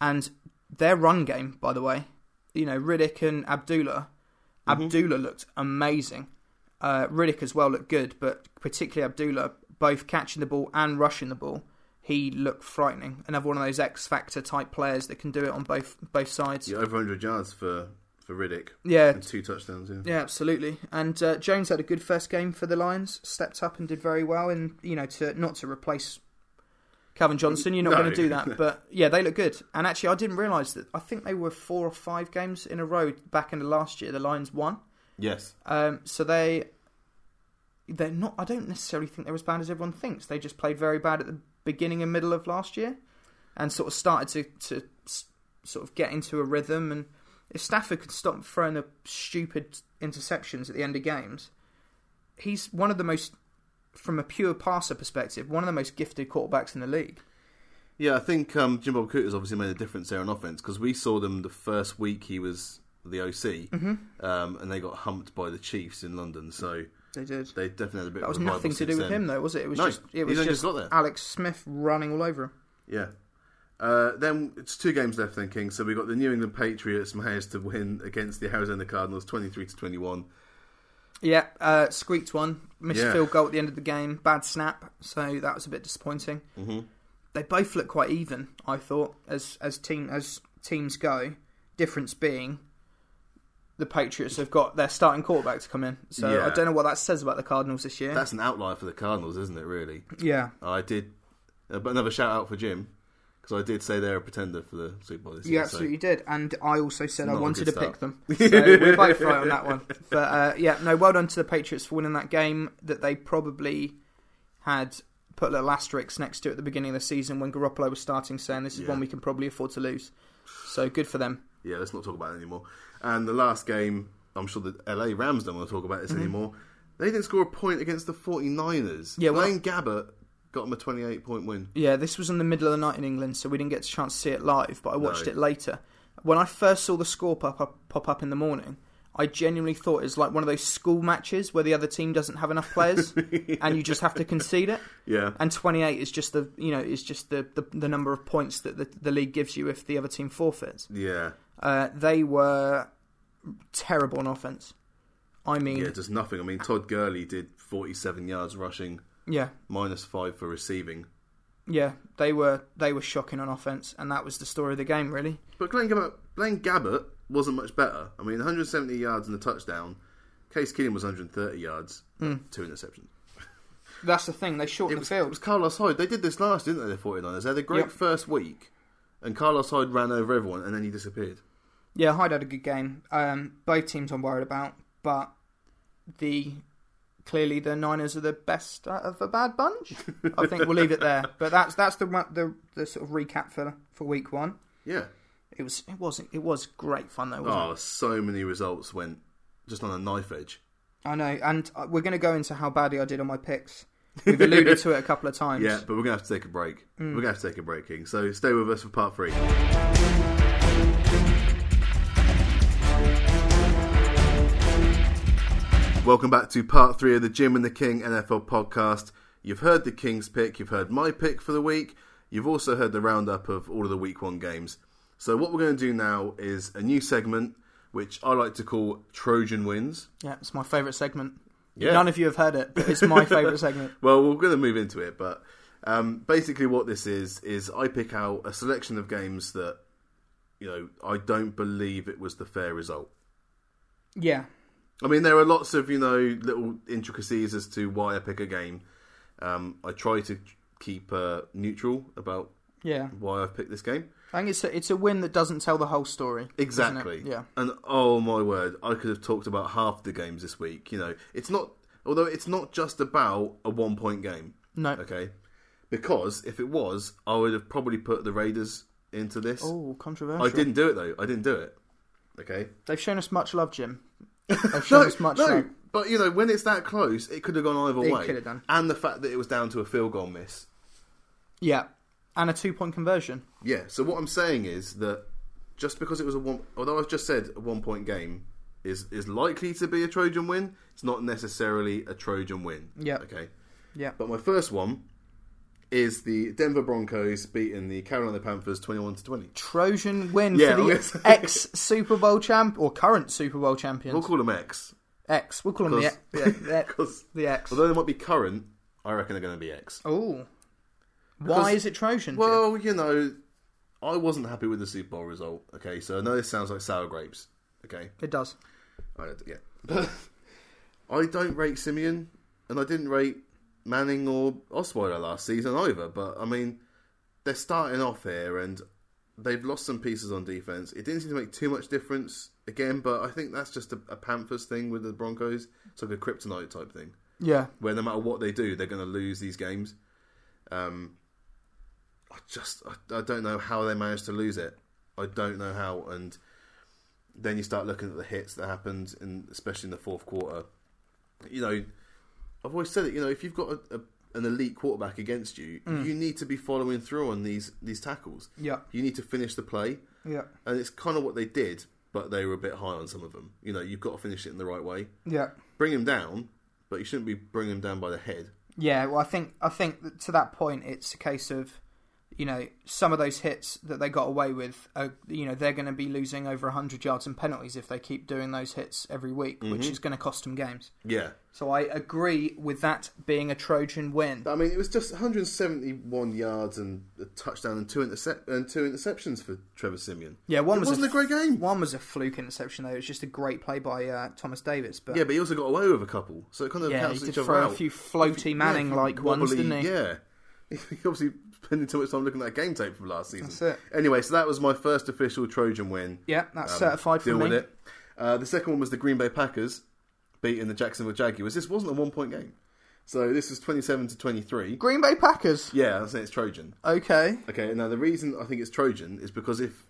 B: and their run game, by the way, you know Riddick and Abdullah. Abdullah looked amazing. Uh, Riddick as well looked good, but particularly Abdullah, both catching the ball and rushing the ball, he looked frightening. Another one of those X Factor type players that can do it on both both sides.
A: Yeah, over 100 yards for, for Riddick
B: Yeah,
A: and two touchdowns. Yeah.
B: yeah, absolutely. And uh, Jones had a good first game for the Lions, stepped up and did very well. And you know, to not to replace Calvin Johnson, you're not
A: No.
B: going to do that. But yeah, they look good. And actually, I didn't realise that. I think they were four or five games in a row back in the last year. The Lions won,
A: Yes.
B: um, so they they're not. I don't necessarily think they're as bad as everyone thinks. They just played very bad at the beginning and middle of last year, and sort of started to to s- sort of get into a rhythm. And if Stafford could stop throwing the stupid interceptions at the end of games, he's one of the most, from a pure passer perspective, one of the most gifted quarterbacks in the league.
A: Yeah, I think um, Jim Bob Cooter's obviously made a difference there on offense because we saw them the first week he was the OC,
B: Mm-hmm.
A: um, and they got humped by the Chiefs in London. So
B: They did.
A: they definitely had a bit.
B: That was
A: of revival
B: nothing to
A: since
B: do with
A: then.
B: him, though, was it? It was
A: No,
B: just it
A: he's
B: was
A: only just
B: just
A: got there.
B: Alex Smith running all over him.
A: Yeah. Uh, then it's two games left then, King. So we got the New England Patriots managed to win against the Arizona Cardinals, twenty-three to twenty-one.
B: Yeah, uh, squeaked one. Missed
A: Yeah.
B: field goal at the end of the game. Bad snap. So that was a bit disappointing. Mm-hmm. They both look quite even. I thought as as team as teams go. Difference being, the Patriots have got their starting quarterback to come in. So I
A: Yeah.
B: don't know what that says about the Cardinals this year.
A: That's an outlier for the Cardinals, isn't it? Really,
B: yeah,
A: I did. Uh, but another shout out for Jim because I did say they're a pretender for the Super Bowl this
B: you
A: year.
B: absolutely did. And I also said I
A: not a
B: wanted to
A: good
B: pick
A: start.
B: them. So we're both right on that one. But uh, yeah, no, well done to the Patriots for winning that game that they probably had put little asterisks next to it at the beginning of the season when Garoppolo was starting, saying this is
A: Yeah.
B: one we can probably afford to lose. So good for them.
A: So, yeah, let's not talk about it anymore. And the last game, I'm sure the LA Rams don't want to talk about
B: Mm-hmm.
A: this anymore. They didn't score a point against the 49ers.
B: Yeah, well-
A: Blaine Gabbert got them a 28 point win.
B: Yeah, this was in the middle of the night in England, so we didn't get a chance to see it live, but I watched
A: No.
B: it later. When I first saw the score pop up, pop up in the morning, I genuinely thought it was like one of those school matches where the other team doesn't have enough players and you just have to concede it.
A: Yeah,
B: And 28 is just the you know is just the, the, the number of points that the, the league gives you if the other team forfeits.
A: yeah,
B: Uh, they were terrible on offense. I mean,
A: yeah. Just nothing. I mean, Todd Gurley did 47 yards rushing.
B: yeah,
A: minus five for receiving.
B: yeah, they were they were shocking on offense, and that was the story of the game, really.
A: But Glenn Gabbert, Blaine Gabbert wasn't much better. I mean, 170 yards and a touchdown. Case Keenum was 130 yards,
B: Hmm.
A: two interceptions.
B: That's the thing; they shortened the
A: It was
B: field.
A: Carlos Hyde. They did this last, didn't they, the 49ers? They had a great
B: Yep.
A: first week, and Carlos Hyde ran over everyone, and then he disappeared.
B: Yeah, Hyde had a good game. Um, both teams I'm worried about, but the clearly the Niners are the best out of a bad bunch. I think we'll leave it there. But that's that's the one- the the sort of recap for for week one.
A: Yeah.
B: It was it was it was great fun though. Wasn't
A: Oh, so many results went just on a knife edge.
B: it? I know, and uh, we're going to go into how badly I did on my picks. We've alluded to it a couple of times.
A: Yeah, but we're going to have to take a break. We're going to have to take a break, King. So stay with us for part three. Welcome back to part three of the Jim and the King NFL podcast. You've heard the King's pick, you've heard my pick for the week, you've also heard the roundup of all of the week one games. So, what we're going to do now is a new segment which I like to call Trojan Wins.
B: yeah, it's my favourite segment.
A: Yeah.
B: None of you have heard it, but it's my favourite segment.
A: Well, we're going to move into it, but um, basically, what this is is I pick out a selection of games that you know I don't believe it was the fair result.
B: Yeah.
A: I mean, there are lots of you know little intricacies as to why I pick a game. Um, I try to keep uh, neutral about
B: Yeah.
A: why I've picked this game.
B: I think it's a, it's a win that doesn't tell the whole story. isn't it?
A: Exactly.
B: Yeah.
A: And oh my word, I could have talked about half the games this week. You know, it's not although it's not just about a one point game.
B: No.
A: Okay. Because if it was, I would have probably put the Raiders into this.
B: Oh, controversial.
A: I didn't do it though. I didn't do it. Okay.
B: They've shown us much love, Jim. They've shown us much
A: no,
B: love.
A: but you know, when it's that close, it could have gone either
B: It
A: way.
B: could have done.
A: And the fact that it was down to a field goal miss.
B: Yeah. And a two point conversion.
A: Yeah. So what I'm saying is that just because it was a one, although I've just said a one point game is is likely to be a Trojan win, it's not necessarily a Trojan win.
B: Yeah.
A: Okay.
B: Yeah.
A: But my first one is the Denver Broncos beating the Carolina Panthers 21 to 20.
B: Trojan win
A: Yeah,
B: for
A: I'm
B: the
A: gonna say-
B: ex Super Bowl champ or current Super Bowl champions.
A: We'll call them X.
B: X. We'll call them the X.
A: 'Cause-
B: Yeah, the, X-
A: 'cause
B: the X.
A: although they might be current, I reckon they're going to be X.
B: Oh. Why
A: Because-
B: is it Trojan? Jim?
A: Well, you know, I wasn't happy with the Super Bowl result. Okay, so I know this sounds like sour grapes. Okay,
B: it does.
A: I don't, yeah, but I don't rate Simeon, and I didn't rate Manning or Osweiler last season either. But I mean, they're starting off here, and they've lost some pieces on defense. It didn't seem to make too much difference again, but I think that's just a, a Panthers thing with the Broncos. It's like a kryptonite type thing
B: Yeah.
A: where no matter what they do, they're going to lose these games. Um, I just I, I don't know how they managed to lose it. I don't know how. And then you start looking at the hits that happened, in, especially in the fourth quarter. You know, I've always said it. You know, if you've got a, a, an elite quarterback against you, you need to be following through on these these tackles.
B: Yeah.
A: You need to finish the play,
B: Yeah.
A: and it's kind of what they did, but they were a bit high on some of them. You know, you've got to finish it in the right way
B: Yeah.
A: bring him down, but you shouldn't be bringing him down by the head.
B: Yeah, well, I think I think that to that point, it's a case of, you know, some of those hits that they got away with, are, you know, they're going to be losing over hundred yards in penalties if they keep doing those hits every week, which
A: Mm-hmm.
B: is going to cost them games.
A: Yeah.
B: So I agree with that being a Trojan win.
A: I mean, it was just 171 yards and a touchdown and two intercep- and two interceptions for Trevor Simeon.
B: Yeah, one
A: it
B: was
A: wasn't a,
B: f-
A: great game.
B: One was a fluke interception though; it was just a great play by uh, Thomas Davis. But
A: Yeah, but he also got away with a couple, so it kind of
B: Yeah,
A: cancels
B: he did
A: each other
B: throw a
A: out.
B: few floaty
A: Yeah,
B: Manning-like
A: wobbly-
B: ones, didn't he?
A: Yeah. He obviously spending too much time looking at that game tape from last season.
B: That's it.
A: Anyway, so that was my first official Trojan win. Um,
B: Yeah, that's certified for
A: deal
B: me.
A: with it. Uh, the second one was the Green Bay Packers beating the Jacksonville Jaguars. This wasn't a one-point game, so this was 27 to 23.
B: Green Bay Packers.
A: Yeah, I'm saying it's Trojan.
B: Okay.
A: Okay, now the reason I think it's Trojan is because if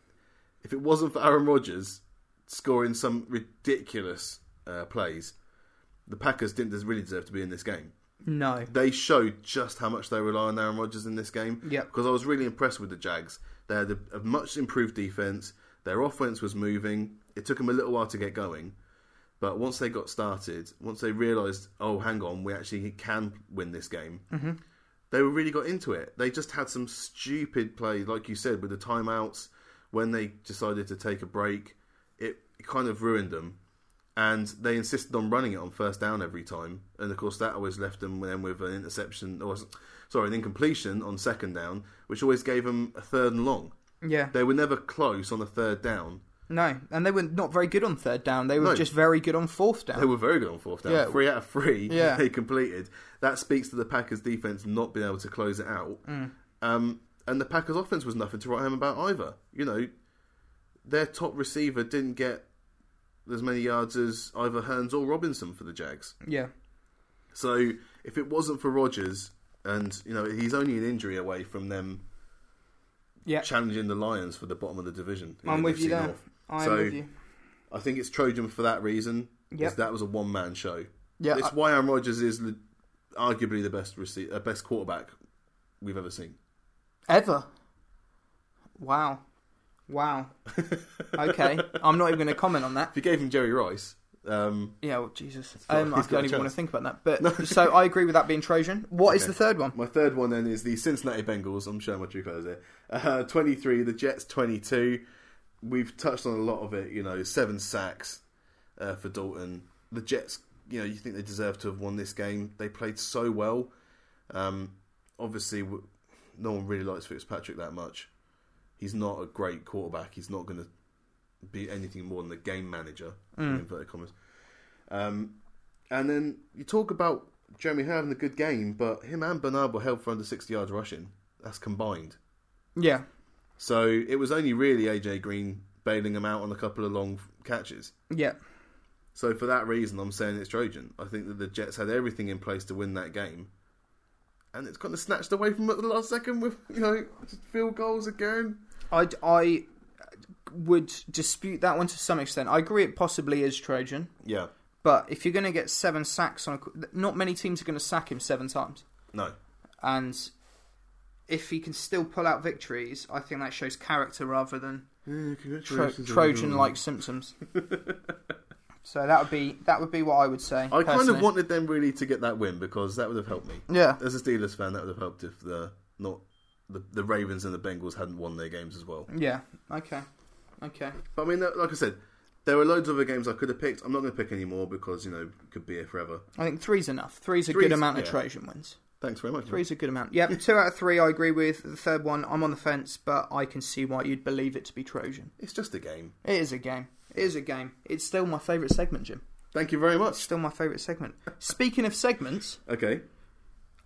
A: if it wasn't for Aaron Rodgers scoring some ridiculous uh, plays, the Packers didn't des- really deserve to be in this game.
B: No.
A: They showed just how much they rely on Aaron Rodgers in this game.
B: Yep.
A: because I was really impressed with the Jags. They had a, a much improved defense. Their offense was moving. It took them a little while to get going, but once they got started, once they realized, oh, hang on, we actually can win this game they really got into it. They just had some stupid play, like you said, with the timeouts when they decided to take a break. It kind of ruined them, and they insisted on running it on first down every time. And of course, that always left them then with an interception, or sorry, an incompletion on second down, which always gave them a third and long.
B: Yeah.
A: They were never close on a third down.
B: No, and they were not very good on third down. They were
A: No.
B: just very good on fourth down.
A: They were very good on fourth down.
B: Yeah.
A: Three out of three
B: Yeah.
A: they completed. That speaks to the Packers' defense not being able to close it out.
B: Mm.
A: Um, and the Packers' offense was nothing to write home about either. You know, their top receiver didn't get as many yards as either Hearns or Robinson for the Jags.
B: yeah.
A: So if it wasn't for Rodgers, and you know he's only an injury away from them
B: Yeah.
A: challenging the Lions for the bottom of the division. in
B: I'm
A: the
B: with you
A: NFC
B: there.
A: North.
B: I'm
A: So-
B: with you.
A: I think it's Trojan for that reason.
B: Yep.
A: Is that was a one man show.
B: Yeah,
A: it's
B: I-
A: why Aaron Rodgers is le- arguably the best rece- uh, best quarterback we've ever seen.
B: Ever. Wow. Wow. Okay. I'm not even going to comment on that.
A: If you gave him Jerry Rice, um,
B: Yeah, well, Jesus.
A: right.
B: Um, I
A: He's got
B: don't
A: a
B: even want to
A: chance.
B: think about that. But so I agree with that being Trojan. What is the third one?
A: my third one then is the Cincinnati Bengals. I'm showing my true colours here. Uh, 23, the Jets 22. We've touched on a lot of it. You know, seven sacks uh, for Dalton. The Jets you know you think they deserve to have won this game. They played so well. Um, obviously, w- no one really likes Fitzpatrick that much. He's not a great quarterback. He's not going to be anything more than a game manager
B: Mm.
A: in inverted commas. Um, and then you talk about Jeremy Hill having a good game, but him and Bernard were held for under sixty yards rushing. That's combined.
B: Yeah.
A: So it was only really AJ Green bailing him out on a couple of long catches.
B: Yeah.
A: So for that reason, I'm saying it's Trojan. I think that the Jets had everything in place to win that game, and it's kind of snatched away from them at the last second with you know just field goals again.
B: I, I would dispute that one to some extent. I agree it possibly is Trojan,
A: Yeah,
B: but if you're going to get seven sacks on a. qu- Not many teams are going to sack him seven times.
A: no,
B: And if he can still pull out victories, I think that shows character rather than tro- Trojan like symptoms. so that would be that would be what I would say.
A: I kind
B: personally.
A: of wanted them really to get that win because that would have helped me
B: Yeah.
A: as a Steelers fan. That would have helped if the not the, the Ravens and the Bengals hadn't won their games as well.
B: Yeah. Okay. Okay.
A: But I mean, like I said, there were loads of other games I could have picked. I'm not going to pick any more because you know it could be here forever.
B: I think three's enough. Three's a
A: Three's-
B: good amount of
A: yeah.
B: Trojan wins.
A: Thanks very much. man.
B: Three's a good amount. Yep, two out of three I agree with. The third one, I'm on the fence, but I can see why you'd believe it to be Trojan.
A: It's just a game.
B: It is a game. It is a game. It's still my favourite segment, Jim.
A: Thank you very much.
B: Still my favourite segment. Speaking of segments,
A: Okay.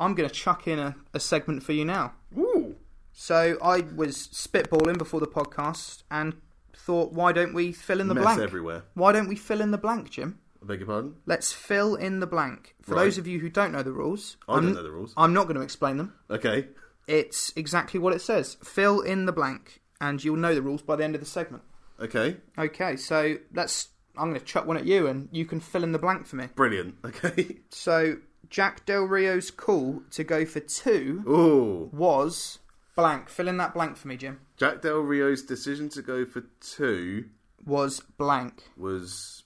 B: I'm going to chuck in a, a segment for you now.
A: Ooh.
B: So I was spitballing before the podcast and thought, why don't we fill in the
A: Mess
B: blank?
A: everywhere.
B: Why don't we fill in the blank, Jim?
A: I beg your pardon.
B: Let's fill in the blank. For
A: Right.
B: those of you who don't know the rules,
A: I don't
B: I'm-
A: know the rules.
B: I'm not going to explain them.
A: Okay.
B: It's exactly what it says. Fill in the blank, and you'll know the rules by the end of the segment.
A: Okay.
B: Okay, so let's. I'm going to chuck one at you, and you can fill in the blank for me.
A: Brilliant. Okay.
B: So Jack Del Rio's call to go for two
A: Ooh.
B: was blank. Fill in that blank for me, Jim.
A: Jack Del Rio's decision to go for two
B: Was blank.
A: was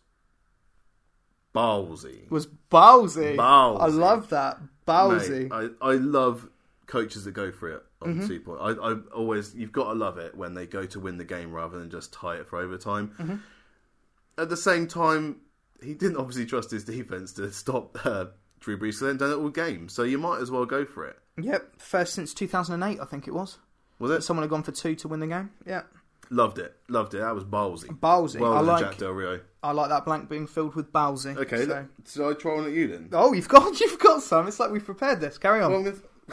A: ballsy.
B: Was ballsy.
A: Ballsy.
B: I love that ballsy.
A: Mate, I, I love coaches that go for it on
B: Mm-hmm.
A: two point. I, I always you've got to love it when they go to win the game rather than just tie it for overtime.
B: Mm-hmm.
A: At the same time, he didn't obviously trust his defense to stop uh, Drew Brees. So they hadn't done it all game, so you might as well go for it.
B: Yep, first since 2008, I think it was.
A: Was it?
B: Someone had gone for two to win the game. Yep,
A: Loved it. Loved it. That was ballsy.
B: ballsy.
A: Well
B: I
A: done,
B: like.
A: Jack Del Rio.
B: I like that blank being filled with ballsy.
A: Okay,
B: so-
A: so. I try one at you then?
B: Oh, you've got you've got some. It's like we've prepared this. Carry on.
A: Well,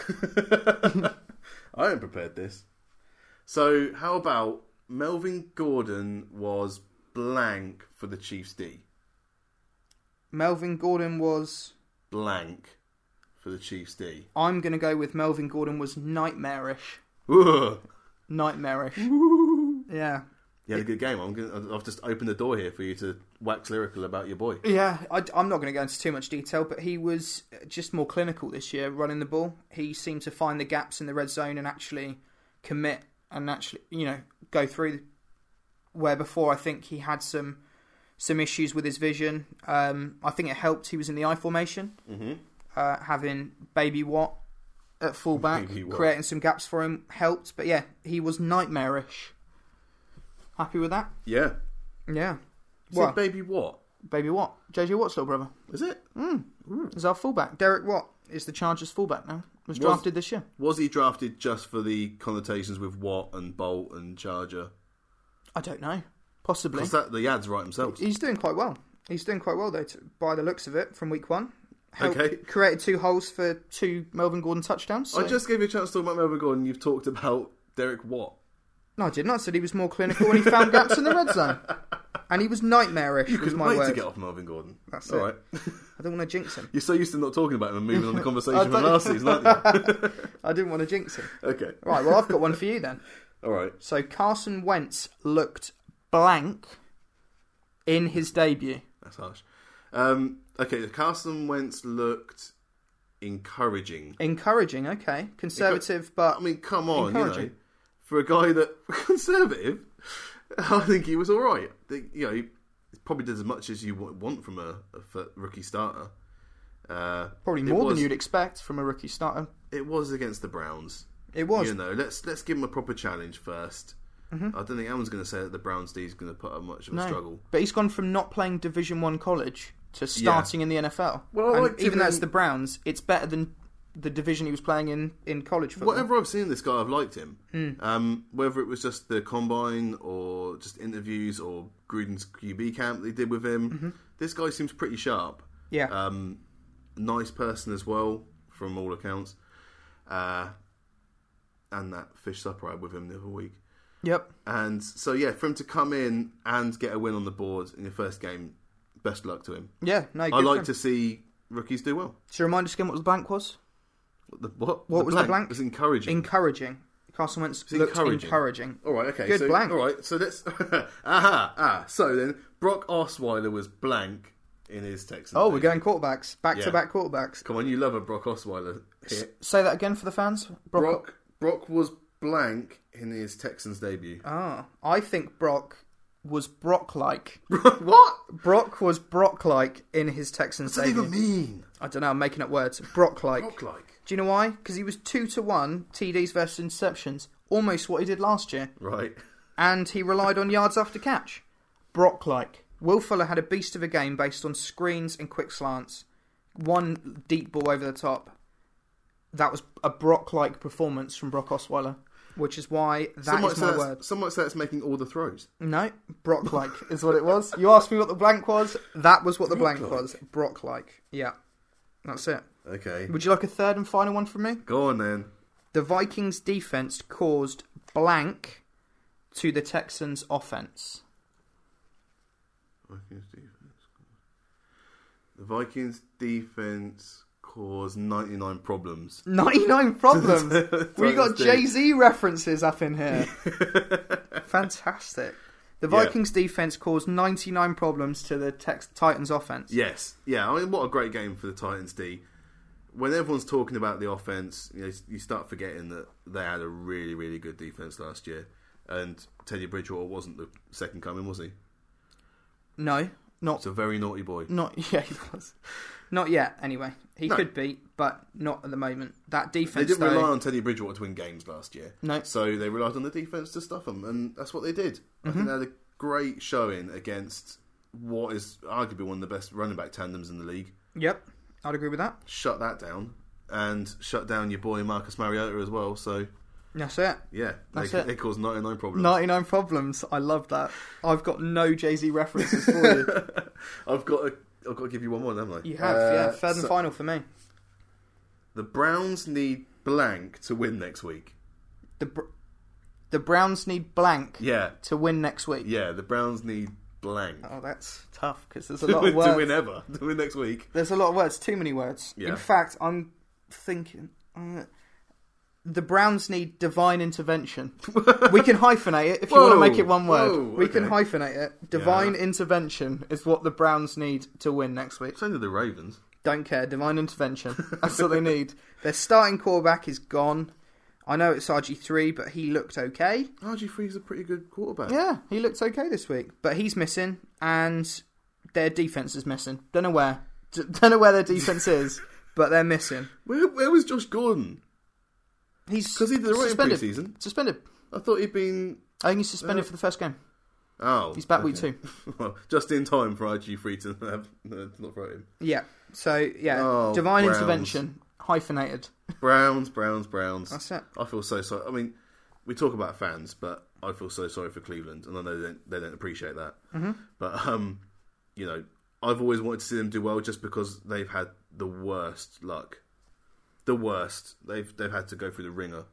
A: I'm gonna- I haven't prepared this. So, how about Melvin Gordon was blank for the Chiefs D?
B: Melvin Gordon was.
A: Blank for the Chiefs D.
B: I'm going to go with Melvin Gordon was nightmarish.
A: Ugh.
B: Nightmarish. yeah.
A: You had a good game. I'm gonna, I've just opened the door here for you to wax lyrical about your boy.
B: Yeah, I, am not going to go into too much detail, but he was just more clinical this year running the ball. He seemed to find the gaps in the red zone and actually commit and actually, you know, go through where before I think he had some some issues with his vision. Um, I think it helped he was in the I formation, mm-hmm. uh, having Baby Watt at fullback,
A: Baby Watt.
B: creating some gaps for him helped. But yeah, he was nightmarish. Happy with that?
A: Yeah.
B: Yeah.
A: Is
B: Well,
A: it baby what?
B: Baby Watt, JJ Watt's little brother
A: Is it?
B: is our fullback. Derek Watt is the Chargers fullback now. Was drafted this year.
A: Was he drafted just for the connotations with Watt and Bolt and Charger?
B: I don't know. Possibly.
A: Because that the ads write themselves.
B: He's doing quite well. He's doing quite well though, to, by the looks of it, from week one. Helped-
A: Okay.
B: Created two holes for two Melvin Gordon touchdowns. so-
A: I just gave you a chance to talk about Melvin Gordon. You've talked about Derek Watt.
B: No, I didn't. I said he was more clinical and he found gaps in the red zone. And he was nightmarish. was
A: Couldn't
B: my
A: wait
B: word.
A: to get off Melvin Gordon.
B: That's
A: All
B: it.
A: right.
B: I don't want to jinx him.
A: You're so used to not talking about him and moving on the
B: I
A: conversation from
B: don't-
A: last season, aren't
B: I didn't want to jinx him.
A: you? Okay.
B: Right. Well, I've got one for you then.
A: All right.
B: So Carson Wentz looked blank in his debut.
A: That's harsh. Um, okay. Carson Wentz looked encouraging.
B: Encouraging. Okay. Conservative, but
A: I mean, come on, you know,
B: Encouraging.
A: for a guy that conservative, I think he was all right. The- you know, he probably did as much as you wa- want from a, a f- rookie starter. Uh,
B: Probably
A: it
B: more
A: was-
B: than you'd expect from a rookie starter.
A: It was against the Browns.
B: It was.
A: you know, let's let's give him a proper challenge 1st I don't think anyone's going to say that the Browns D is going to put up much of a
B: No.
A: struggle.
B: But he's gone from not playing Division One college to starting in the NFL.
A: Well, I
B: And
A: liked him
B: even though it's
A: in-
B: the Browns, it's better than the division he was playing in in college football.
A: Whatever I've seen of this guy, I've liked him. Um, whether it was just the combine or just interviews or Gruden's QB camp they did with him, this guy seems pretty sharp.
B: Yeah.
A: Um, nice person as well, from all accounts. Uh, and that fish supper I had with him the other week.
B: yep.
A: And so, yeah, for him to come in and get a win on the board in your first game, best luck to him.
B: Yeah. No.
A: I like to see rookies do well.
B: So remind us again what the blank was.
A: What the, what?
B: What was the blank?
A: It's encouraging.
B: Encouraging. Carson Wentz looked
A: encouraging.
B: encouraging.
A: All right, okay.
B: Good
A: so,
B: blank.
A: All right, so let's. aha, ah. So then, Brock Osweiler was blank in his Texans.
B: Oh, we're
A: game.
B: going quarterbacks, back
A: Yeah.
B: to back quarterbacks.
A: Come on, you love a Brock Osweiler hit.
B: Say that again for the fans. Brock.
A: Brock Brock was blank in his Texans debut.
B: Ah, I think Brock was Brock like.
A: what?
B: Brock was Brock like in his Texans
A: What do you
B: debut.
A: even mean?
B: I don't know. I'm making up words. Brock like.
A: Brock like.
B: Do you know why? Because he was two to one TDs versus interceptions, almost what he did last year,
A: Right.
B: and he relied on yards after catch. Brock like. Will Fuller had a beast of a game based on screens and quick slants, one deep ball over the top. That was a Brock like performance from Brock Osweiler, which is why
A: Some
B: that
A: might,
B: is
A: say
B: my
A: that's-
B: word.
A: some might say that's making all the throws.
B: No, Brock like is what it was. You asked me what the blank was. That was what the blank
A: Brock-like.
B: was. Brock like. Yeah. That's it.
A: Okay.
B: Would you like a third and final one from me?
A: Go on then.
B: The Vikings defense caused blank to the Texans offense.
A: Vikings defense. The Vikings defense caused 99 problems.
B: 99 problems. we got
A: Dynasty.
B: Jay Z references up in here. Fantastic. The
A: Yeah.
B: Vikings defense caused 99 problems to the Tex- Titans offense.
A: Yes, yeah. I mean, what a great game for the Titans D. When everyone's talking about the offense, you know, you start forgetting that they had a really, really good defense last year, and Teddy Bridgewater wasn't the second coming, was he?
B: No, not
A: It's a very naughty boy.
B: Not yeah, he was. Not yet. Anyway, he
A: No.
B: could be, but not at the moment. That
A: They
B: defense,
A: didn't
B: though,
A: rely on Teddy Bridgewater to win games last year,
B: No.
A: so they relied on the defense to stuff them, and that's what they did. I
B: Mm-hmm.
A: think they had a great showing against what is arguably one of the best running back tandems in the league.
B: Yep, I'd agree with that.
A: Shut that down, and shut down your boy Marcus Mariota as well. So
B: That's it.
A: Yeah,
B: That's
A: they,
B: it.
A: they cause 99 problems.
B: Ninety-nine problems. I love that. I've got no Jay Z references for you.
A: I've got to, I've got to give you one more, haven't I?
B: You have,
A: Uh,
B: yeah. Third and
A: so-
B: final for me.
A: The Browns need blank to win next week.
B: The Br- the Browns need blank
A: Yeah,
B: to win next week.
A: yeah. The Browns need blank
B: Oh, that's tough because there's a
A: to,
B: lot of
A: win, to win
B: words.
A: ever to win next week.
B: There's a lot of words. Too many words.
A: Yeah.
B: In fact, I'm thinking. Uh, the Browns need divine intervention. we can hyphenate it if you
A: Whoa,
B: want to make it one word.
A: whoa,
B: we can
A: okay.
B: hyphenate it. Divine intervention is what the Browns need to win next week.
A: So do the Ravens.
B: Don't care. Divine intervention. That's what they need. Their starting quarterback is gone. I know it's RG3, but he looked okay.
A: RG 3s a pretty good quarterback.
B: Yeah, he looked okay this week. But he's missing, and their defense is missing. Don't know where. D- don't know where their defense is, but they're missing.
A: Where, where was Josh Gordon?
B: He's
A: 'Cause he did all right in
B: suspended.
A: preseason.
B: Suspended.
A: I thought he'd been.
B: I think he's suspended for the first game.
A: Oh,
B: He's back week
A: okay.
B: two.
A: well, just in time for RG three to have no, not throw him.
B: Yeah. So yeah,
A: Oh,
B: divine
A: Browns.
B: intervention hyphenated.
A: Browns, Browns, Browns.
B: That's it.
A: I feel so sorry. I mean, we talk about fans, but I feel so sorry for Cleveland, and I know they don't, they don't appreciate that. Mm-hmm. But um, you know, I've always wanted to see them do well, just because they've had the worst luck, the worst. They've they've had to go through the ringer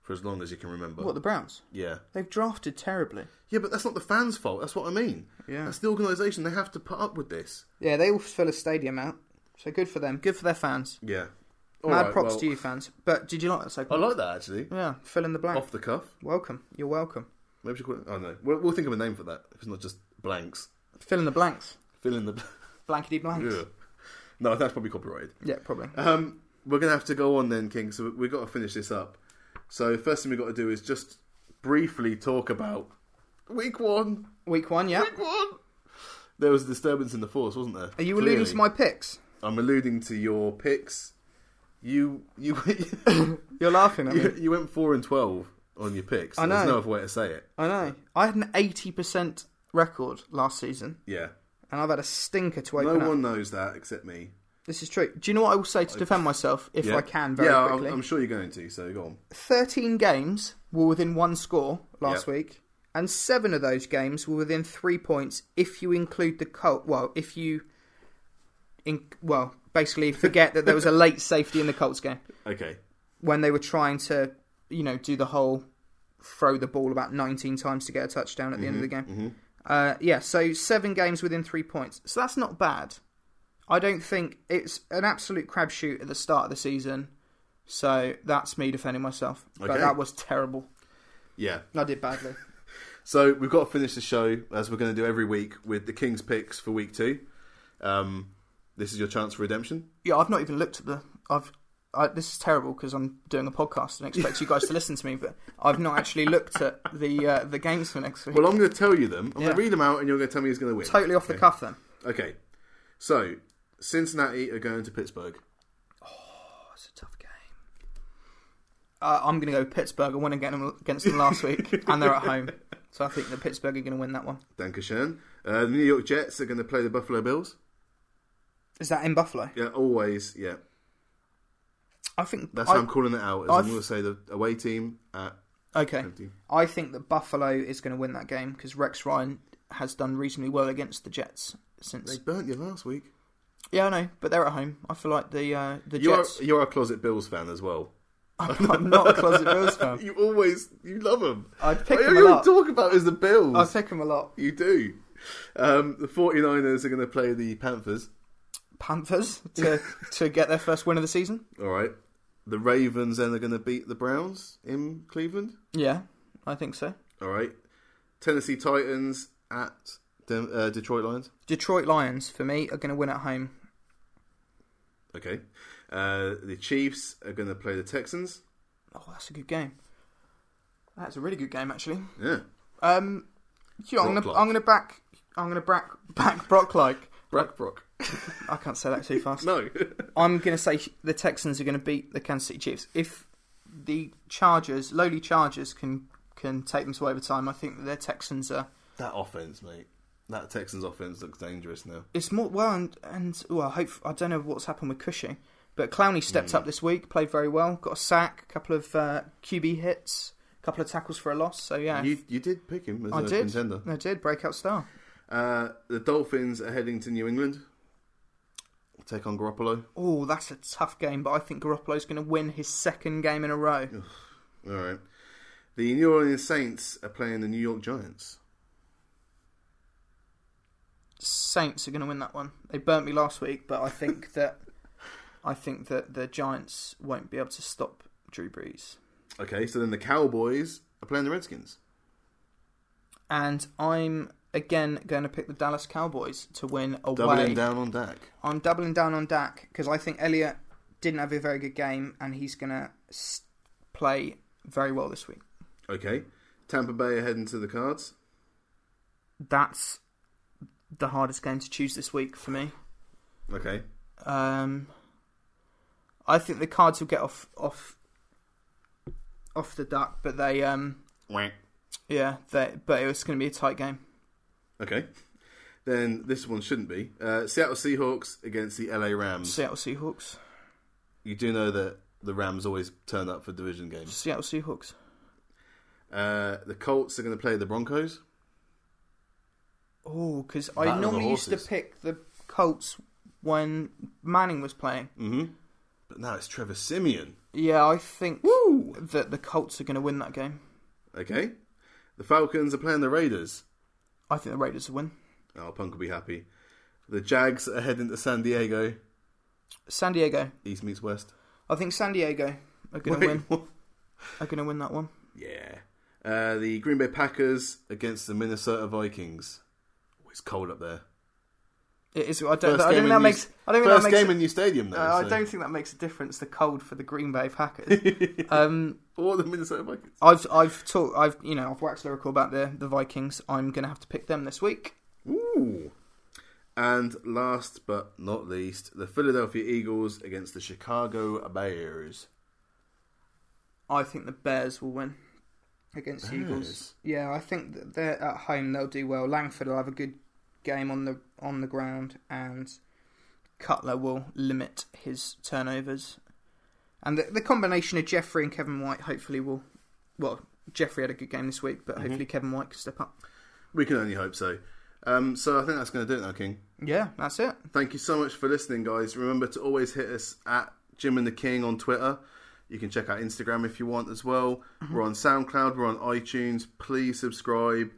A: for as long as you can remember.
B: What the Browns?
A: yeah,
B: They've drafted terribly.
A: yeah, but that's not the fans' fault. That's what I mean.
B: Yeah.
A: that's the organisation. They have to put up with this.
B: Yeah, they all fill a stadium out. So good for them. Good for their fans.
A: Yeah. All
B: Mad
A: right,
B: props
A: well,
B: to you fans. But did you like that
A: I
B: segment?
A: like that actually.
B: yeah, fill in the blank.
A: Off the cuff.
B: Welcome. You're welcome.
A: Maybe we should call it. Oh no, we'll, we'll think of a name for that. If it's not just blanks.
B: Fill in the blanks.
A: Fill in the.
B: Blankety blanks.
A: Ugh. No, that's probably copyrighted.
B: Yeah, probably.
A: Um, we're gonna have to go on then, King. So we've got to finish this up. So first thing we've got to do is just briefly talk about week one.
B: Week one, yeah.
A: Week one. There was a disturbance in the force, wasn't there?
B: Are you
A: Clearly.
B: alluding to my picks?
A: I'm alluding to your picks. You you
B: You're laughing at me.
A: you, you went four and twelve on your picks.
B: I
A: There's
B: know.
A: no other way to say it.
B: I know. I had an eighty percent record last season.
A: Yeah.
B: and I've had a stinker to
A: No
B: open up.
A: one knows that except me.
B: This is true. Do you know what I will say to defend myself if I can very
A: yeah,
B: quickly?
A: I'm, I'm sure you're going to. So go on.
B: 13 games were within one score last
A: Yep.
B: week, and seven of those games were within three points if you include the Colt. Well, if you, in, well, basically forget that there was a late safety in the Colts game
A: Okay.
B: when they were trying to, you know, do the whole throw the ball about 19 times to get a touchdown at the end of the
A: Mm-hmm,
B: game. Uh, yeah, so seven games within three points. So that's not bad. I don't think it's an absolute crab shoot at the start of the season. So that's me defending myself. But
A: Okay.
B: that was terrible.
A: Yeah.
B: I did badly.
A: So we've got to finish the show as we're going to do every week with the Kings picks for week two. Um, this is your chance for redemption.
B: yeah, I've not even looked at the. I've. I, this is terrible because I'm doing a podcast and expect you guys to listen to me, but I've not actually looked at the uh, the games for next week.
A: Well, I'm going to tell you them. I'm going
B: Yeah.
A: to read them out, and you're going to tell me who's going to win.
B: totally off the cuff then.
A: Okay. So Cincinnati are going to Pittsburgh.
B: It's a tough game. Uh, I'm going to go Pittsburgh. I won again against them last week, and they're at home. So I think that Pittsburgh are going to win that one.
A: Dankeschön. Uh, the New York Jets are going to play the Buffalo Bills.
B: Is that in Buffalo?
A: Yeah, always. Yeah,
B: I think.
A: that's
B: I,
A: how I'm calling it out. As I'm
B: I've-
A: going to say the away team at
B: okay.
A: empty.
B: I think that Buffalo is going to win that game because Rex Ryan has done reasonably well against the Jets
A: They
B: since.
A: burnt you last week.
B: Yeah, I know, but they're at home. I feel like the uh, the
A: You're
B: Jets.
A: you're a closet Bills fan as well.
B: I'm, I'm not a closet Bills fan.
A: You always you love them.
B: I pick
A: All
B: them a
A: you
B: lot.
A: talk about is the Bills.
B: I pick them a lot.
A: You do. Um, the 49ers are going to play the Panthers.
B: Panthers to to get their first win of the season.
A: All right. The Ravens then are going to beat the Browns in Cleveland.
B: Yeah, I think so.
A: All right. Tennessee Titans at Den- uh, Detroit Lions.
B: Detroit Lions for me are going to win at home.
A: Okay. Uh, the Chiefs are going to play the Texans.
B: Oh, that's a good game. That's a really good game, actually.
A: Yeah.
B: Um, do you know, I'm
A: Brock
B: gonna,
A: Like.
B: I'm gonna back, I'm gonna back, back Brock like.
A: Brack Brock.
B: I can't say that too fast.
A: No.
B: I'm gonna say the Texans are gonna beat the Kansas City Chiefs. If the Chargers, lowly Chargers, can can take them to overtime, I think that their Texans are.
A: that offense, mate. That Texans offense looks dangerous now.
B: It's more well, and and well, I hope I don't know what's happened with Cushing, but Clowney stepped up this week, played very well, got a sack, a couple of uh, QB hits, a couple of tackles for a loss. So yeah,
A: You you did pick him as a
B: I did.
A: contender.
B: I did breakout star.
A: Uh, the Dolphins are heading to New England. Take on Garoppolo.
B: Oh, that's a tough game, but I think Garoppolo's going to win his second game in a row.
A: All right. The New Orleans Saints are playing the New York Giants.
B: Saints are going to win that one. They burnt me last week, but I think that I think that the Giants won't be able to stop Drew Brees.
A: Okay, so then the Cowboys are playing the Redskins.
B: And I'm again going to pick the Dallas Cowboys to win away.
A: Doubling down on Dak.
B: I'm doubling down on Dak because I think Elliot didn't have a very good game, and he's going to s- play very well this week.
A: Okay. Tampa Bay are heading to the Cards.
B: That's the hardest game to choose this week for me.
A: Okay.
B: Um, I think the cards will get off off off the duck, but they um
A: Whack.
B: yeah they but it's going to be a tight game.
A: Okay. Then this one shouldn't be. Uh, Seattle Seahawks against the LA Rams.
B: Seattle Seahawks,
A: You do know that the Rams always turn up for division games.
B: Seattle Seahawks.
A: Uh, the Colts are going to play the Broncos.
B: Oh, because
A: Battle of
B: I
A: the
B: normally used to
A: horses.
B: pick the Colts when Manning was playing.
A: Mm. But now it's Trevor Simeon.
B: Yeah, I think that the Colts are going to win that game.
A: Okay. The Falcons are playing the Raiders.
B: I think the Raiders will win.
A: Oh, Punk will be happy. The Jags are heading to San Diego.
B: San Diego.
A: East meets West.
B: I think San Diego are going to
A: Wait,
B: win.
A: what?
B: Are going to win that one.
A: Yeah. Uh, the Green Bay Packers against the Minnesota Vikings. Oh, it's cold up there.
B: It is. I
A: game
B: don't. I
A: in
B: don't think that
A: new-
B: makes. I don't think
A: first
B: that makes
A: game in new stadium though.
B: Uh, I
A: so-
B: don't think that makes a difference. The cold for the Green Bay Packers. um,
A: Or the Minnesota Vikings.
B: I've I've talked. I've you know I've waxed lyrical about the the Vikings. I'm gonna have to pick them this week.
A: Ooh. And last but not least, the Philadelphia Eagles against the Chicago Bears.
B: I think the Bears will win against the Eagles.
A: Bears?
B: Yeah, I think that they're at home. They'll do well. Langford will have a good game on the on the ground, and Cutler will limit his turnovers. And the, the combination of Jeffrey and Kevin White hopefully will. Well, Jeffrey had a good game this week,
A: Mm-hmm.
B: but hopefully Kevin White can step up.
A: We can only hope so. Um, so I think that's going to do it now, King.
B: Yeah, that's it.
A: Thank you so much for listening, guys. Remember to always hit us at Jim and the King on Twitter. You can check out Instagram if you want as well. We're on SoundCloud, we're on iTunes. Please subscribe.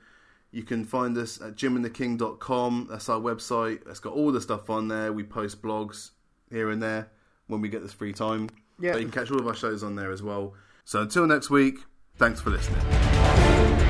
A: You can find us at jimandtheking.com. That's our website. It's got all the stuff on there. We post blogs here and there when we get this free time.
B: Yeah.
A: But you can catch all of our shows on there as well. So until next week, thanks for listening.